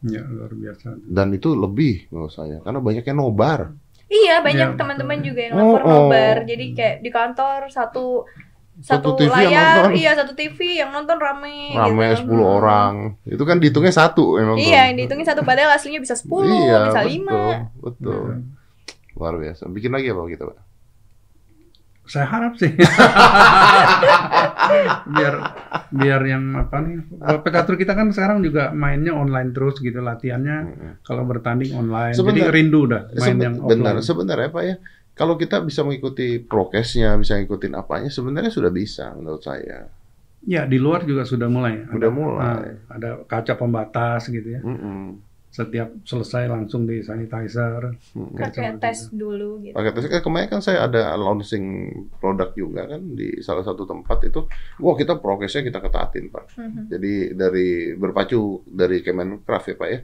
D: Ya luar biasa.
B: dan itu lebih menurut saya karena banyaknya nobar
A: Iya, banyak
D: Iya,
A: teman-teman
D: betul.
A: juga yang
B: Oh,
A: lapor
B: oh.
A: nobar. Jadi kayak di kantor satu
B: Satu
A: satu,
B: TV yang
A: layar,
B: nonton.
A: iya satu TV yang nonton rame.
B: rame
A: gitu.
B: 10 orang itu kan dihitungnya satu memang
A: Iya, yang dihitungin satu padahal aslinya bisa 10,
B: iya,
A: bisa
B: betul,
A: 5.
B: betul luar biasa bikin lagi apa kita pak
D: Saya harap
B: [laughs]
D: sih. biar biar yang apa nih pekatur kita kan sekarang juga mainnya online terus gitu latihannya kalau bertanding online.
B: Sebentar.
D: Jadi rindu dah main
B: Seben-
D: yang
B: bentar
D: offline.
B: sebentar ya pak ya kalau kita bisa mengikuti prokesnya bisa ngikutin apanya sebenarnya sudah bisa menurut saya
D: Ya di luar juga sudah mulai. Ada-
B: Udah mulai.
D: nah, ada kaca pembatas gitu ya.
B: Mm-mm.
D: Setiap selesai langsung di sanitizer.
B: Mm-mm.
D: Oke.
A: Pakai
D: Kacamata.
A: tes dulu gitu.
B: Pakai tes. Eh, kemarin kan saya ada launching produk juga kan di salah satu tempat itu wah kita prokesnya kita ketatin pak
A: Mhm.
B: Jadi dari berpacu dari Kemenkraf ya Pak ya.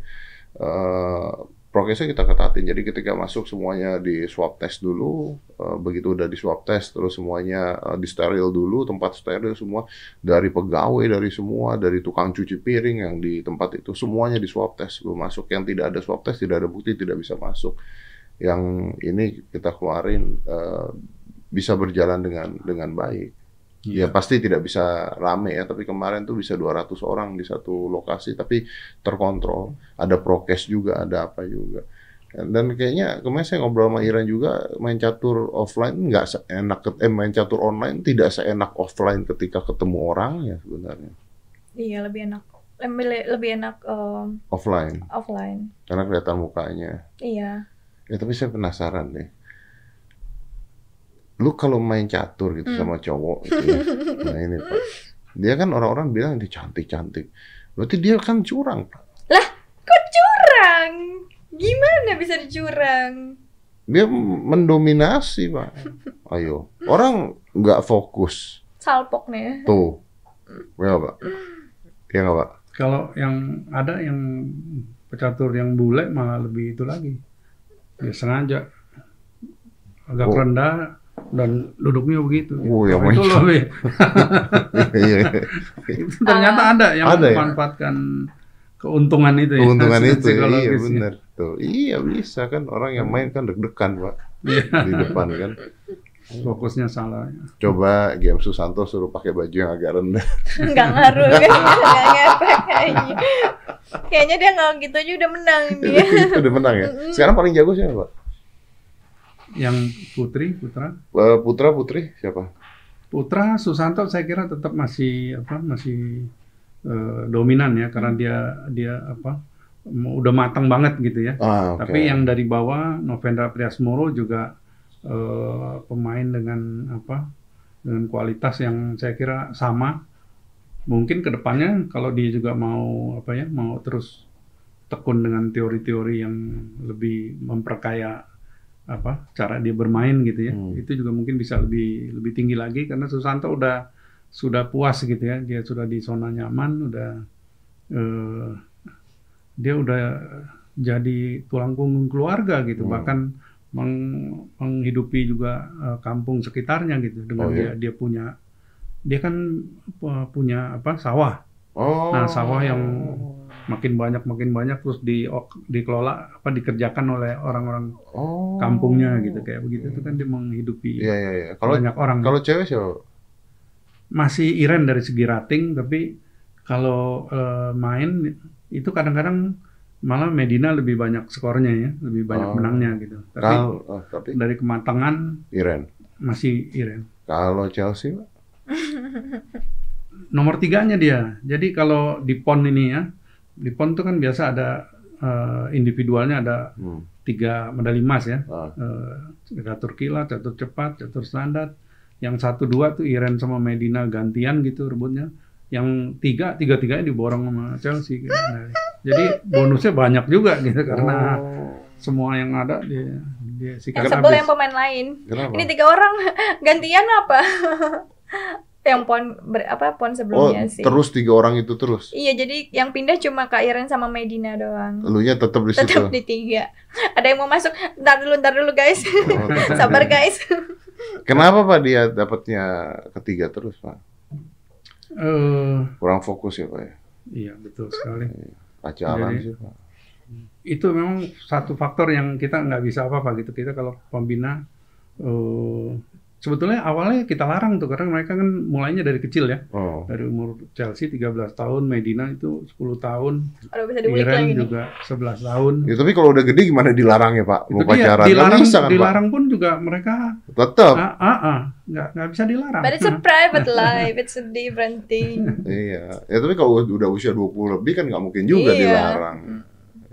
B: eh, prokesnya kita ketatin. Jadi ketika masuk semuanya di swab test dulu, eh, begitu udah di swab test terus semuanya eh, di steril dulu, tempat steril semua dari pegawai, dari semua, dari tukang cuci piring yang di tempat itu semuanya di swab test sebelum masuk. Yang tidak ada swab test, tidak ada bukti tidak bisa masuk. Yang ini kita keluarin eh, bisa berjalan dengan dengan baik. Ya
D: Iya.
B: pasti tidak bisa rame ya, tapi kemarin tuh bisa 200 orang di satu lokasi, tapi terkontrol. Ada prokes juga, ada apa juga. Dan kayaknya kemarin saya ngobrol sama Iran juga, main catur offline nggak seenak, ket- eh main catur online tidak seenak offline ketika ketemu orangnya sebenarnya.
A: Iya, lebih enak. Lebih, lebih enak em,
B: Offline,
A: offline.
B: karena kelihatan mukanya.
A: Iya.
B: Ya tapi saya penasaran deh. Lu kalau main catur gitu
A: Hmm.
B: sama cowok gitu ya. Nah ini Pak. Dia kan orang-orang bilang dia cantik-cantik. Berarti dia kan curang. Pak.
A: Kok curang? Gimana bisa dicurang?
B: Dia mendominasi Pak. Ayo. Orang nggak fokus.
A: Salpok nih.
B: [laughs] Tuh. Ya Pak. Ya nggak Pak?
D: Kalau yang ada yang pecatur yang bule malah lebih itu lagi. Ya sengaja agak
B: Oh.
D: rendah dan duduknya begitu.
B: Oh, yang
D: itu
B: maju.
D: lebih.
B: Iya.
D: Itu ternyata ada yang
B: Ada ya?
D: memanfaatkan keuntungan [laughs] itu ya.
B: Keuntungan itu. Iya
D: Psikologisnya.
B: benar. Tuh. Iya bisa kan. Orang yang main kan deg-degan Pak.
D: Iya.
B: Di depan kan.
D: Fokusnya salah.
B: Coba game Susanto suruh pakai baju yang agak rendah.
A: nggak
B: [laughs]
A: ngaruh kan nggak ngefek kayaknya kayaknya dia kalau gitu aja udah menang
B: Iya.
A: dia
B: itu udah menang ya.
A: Iya. Mm-mm.
B: Sekarang paling jago siapa? Pak?
D: Yang putri, putra,
B: Eh, Putra Putri siapa?
D: putra Susanto saya kira tetap masih apa masih eh, dominan ya karena dia dia apa udah matang banget gitu ya.
B: Ah, oke.
D: Tapi yang dari bawah Novendra Priasmoro juga eh, pemain dengan apa dengan kualitas yang saya kira sama. Mungkin kedepannya kalau dia juga mau apa ya mau terus tekun dengan teori-teori yang lebih memperkaya apa cara dia bermain gitu ya.
B: Hmm.
D: Itu juga mungkin bisa lebih lebih tinggi lagi karena Susanto udah sudah puas gitu ya. Dia sudah di zona nyaman, udah eh, dia udah jadi tulang punggung keluarga gitu
B: Hmm.
D: bahkan meng- menghidupi juga eh, kampung sekitarnya gitu dengan
B: Oh, iya.
D: dia dia punya dia kan eh, punya apa sawah
B: Oh.
D: Nah, sawah yang- makin banyak makin banyak terus di dikelola apa dikerjakan oleh orang-orang
B: Oh.
D: kampungnya gitu kayak begitu itu kan dia menghidupi
B: Iya iya iya. Kalau
D: banyak orang
B: kalau cewek siapa?
D: masih Iren dari segi rating tapi kalau eh, main itu kadang-kadang malah Medina lebih banyak skornya ya lebih banyak
B: Oh.
D: menangnya gitu tapi
B: Kalau oh, tapi
D: dari kematangan
B: Iren.
D: masih Iren
B: Kalau Chelsea Pak?
D: nomor tiganya dia jadi kalau di pon ini ya di pon itu kan biasa ada eh, individualnya ada
B: Hmm.
D: tiga medali emas ya
B: Ah.
D: Eh, catur kilat, catur cepat, catur standar. Yang satu dua tuh Iren sama Medina gantian gitu rebutnya. Yang tiga tiga tiganya diborong sama Chelsea. gitu. Nah, jadi bonusnya banyak juga gitu karena
B: Oh.
D: semua yang ada dia dia
A: Yang
D: sikat
A: sebel
D: habis.
A: yang pemain lain.
B: Kenapa?
A: Ini tiga orang [laughs] gantian apa? [laughs] yang pon ber- apa pon
B: Oh,
A: sebelumnya ya sih.
B: terus tiga orang itu terus.
A: Iya, jadi yang pindah cuma Kak Iren sama Medina doang.
B: Elunya tetap Oh, di
A: Tetap
B: situ.
A: di tiga. Ada yang mau masuk? Ntar dulu, ntar dulu
B: [laughs]
A: guys.
B: Oh, tetap.
A: Sabar guys.
B: Kenapa Pak dia dapatnya ketiga terus Pak?
D: Eh,
B: Kurang fokus ya Pak ya.
D: iya betul sekali.
B: Pacaran
D: Jadi-
B: sih Pak.
D: Itu memang satu faktor yang kita nggak bisa apa-apa gitu. Kita kalau pembina eh, sebetulnya awalnya kita larang tuh karena mereka kan mulainya dari kecil ya.
B: Oh.
D: dari umur Chelsea 13 tahun, Medina itu 10 tahun,
A: Aduh, bisa diulik
D: Iren
A: lagi nih.
D: juga 11 tahun.
B: Ya, tapi kalau udah gede gimana dilarang ya Pak?
D: Itu
B: Mau
D: dia
B: pacaran? Nggak
D: dilarang,
B: bisa kan Pak? Oh.
D: dilarang pun juga mereka
B: Tetap.
D: ah ah ah, nggak nggak bisa dilarang.
A: But it's a private life. It's a different
B: [laughs]
A: thing.
B: Iya. Ya tapi kalau udah usia 20 lebih kan nggak mungkin juga
A: Iya.
B: dilarang.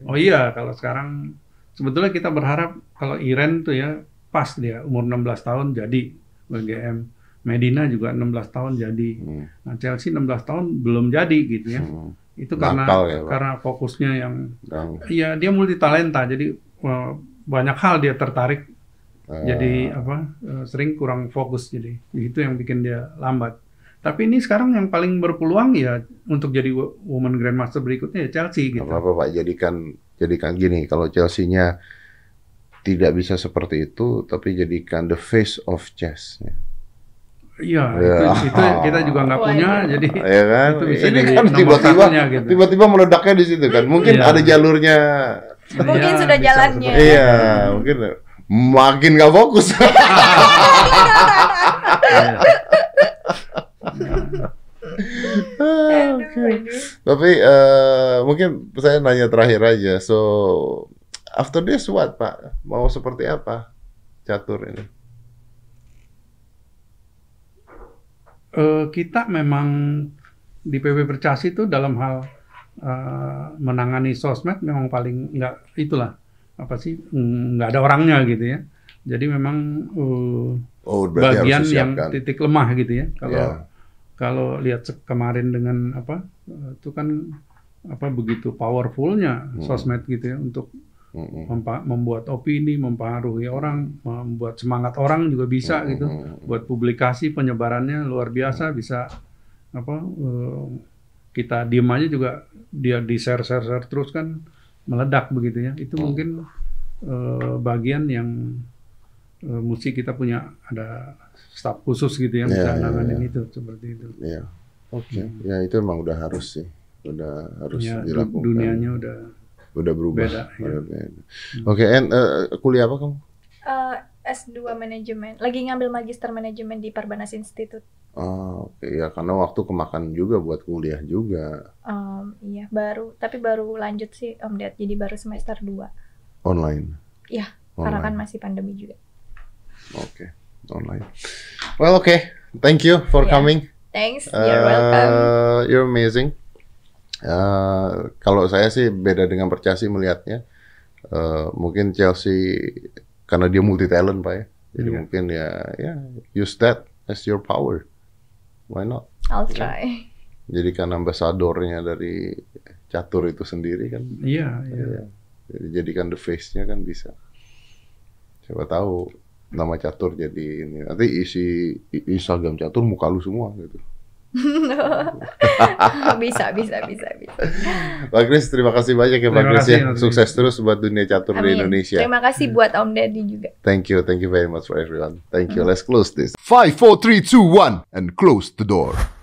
D: Oh iya, kalau sekarang sebetulnya kita berharap kalau Iren tuh ya pas dia umur 16 tahun jadi WGM. Medina juga 16 tahun jadi.
B: Hmm.
D: Nah, Chelsea 16 tahun belum jadi gitu ya.
B: Hmm.
D: Itu karena
B: Nakal ya, Pak.
D: karena fokusnya yang
B: Dan,
D: Iya, dia multi talenta. Jadi eh, banyak hal dia tertarik.
B: eh,
D: Jadi apa? eh, sering kurang fokus jadi. Itu yang bikin dia lambat. Tapi ini sekarang yang paling berpeluang ya untuk jadi wo- woman grandmaster berikutnya ya Chelsea
B: Gak
D: gitu.
B: apa-apa Pak, jadikan jadikan gini kalau Chelsea-nya tidak bisa seperti itu tapi jadikan the face of chess ya,
D: Iya,
B: Ya.
D: itu,
B: [laughs]
D: itu kita juga nggak
A: Wah,
D: punya.
A: itu-
D: Jadi
B: Ya kan
D: itu bisa
B: ini
D: jadi
B: kan
D: nomor
B: tiba-tiba
D: satunya gitu.
B: tiba-tiba meledaknya di situ kan mungkin
D: Iya.
B: ada jalurnya
A: Mungkin
D: Iya,
A: sudah
D: bisa
A: jalannya.
D: seperti itu.
B: iya mungkin makin gak fokus
D: [laughs] Iya.
A: Aduh, aduh.
B: tapi eh, mungkin saya nanya terakhir aja so after this what Pak mau seperti apa catur ini
D: [laughs] Eh, kita memang di PB Percasi itu dalam hal eh, menangani sosmed memang paling nggak itulah apa sih mm, nggak ada orangnya gitu ya. Jadi memang eh,
B: oh berarti
D: bagian
B: harus
D: yang
B: disiapkan
D: titik lemah gitu ya. Kalau
B: Iya.
D: kalau lihat se- kemarin dengan apa eh, itu kan apa begitu powerfulnya
B: Hmm.
D: sosmed gitu ya untuk
B: Mm-mm.
D: mempa- membuat opini, mempengaruhi orang, membuat semangat orang juga
B: Hmm.
D: bisa gitu
B: Mm-mm.
D: buat publikasi penyebarannya luar
B: Hmm.
D: biasa bisa apa eh, kita diem aja juga dia di share share share terus kan meledak begitu ya itu
B: Hmm.
D: mungkin eh, bagian yang eh, mesti kita punya ada staf khusus gitu ya
B: Ya,
D: bisa
B: ya,
D: nanganin
B: ya.
D: itu seperti itu
B: Iya. Oke. Ya itu emang udah harus sih. Udah harus
D: ya, du-
B: dilakukan.
D: dunianya udah
B: udah berubah.
D: beda, ya.
B: Udah beda. Oke, En, eh, kuliah apa kamu?
A: Eh, S2 manajemen. Lagi ngambil magister manajemen di Parbanas Institute.
B: Oh, oke ya karena waktu kemakan juga buat kuliah juga
A: Em, iya, baru tapi baru lanjut sih Om Ded. Jadi baru semester 2.
B: online.
A: Iya, Karena kan
B: Online.
A: masih pandemi juga.
B: Oke, online. Well, oke. Thank you for
A: Iya.
B: coming.
A: Thanks,
B: Eh,
A: you're welcome.
B: you're amazing. Eh, kalau saya sih beda dengan Percasi melihatnya. Eh, mungkin Chelsea karena dia multi talent pak ya. Jadi
D: Iya.
B: mungkin ya ya use that as your power. Why not?
A: I'll try. [laughs]
B: Jadikan ambasadornya dari catur itu sendiri kan.
D: iya iya
B: Iya. Jadi jadikan the face-nya kan bisa. Siapa tahu nama catur jadi ini. Nanti isi i- Instagram catur muka lu semua gitu.
A: bisa, bisa, bisa, bisa.
B: Pak Kris, terima kasih banyak ya Pak
D: Terima
B: Kris
D: kasih,
B: ya.
D: Mas Kris.
B: Sukses terus buat dunia catur di
A: Amin.
B: Indonesia.
A: Terima kasih buat Om Deddy juga.
B: Thank you. Thank you very much for everyone. Thank you. Let's close this. Five, four, three, two, one, and close the door.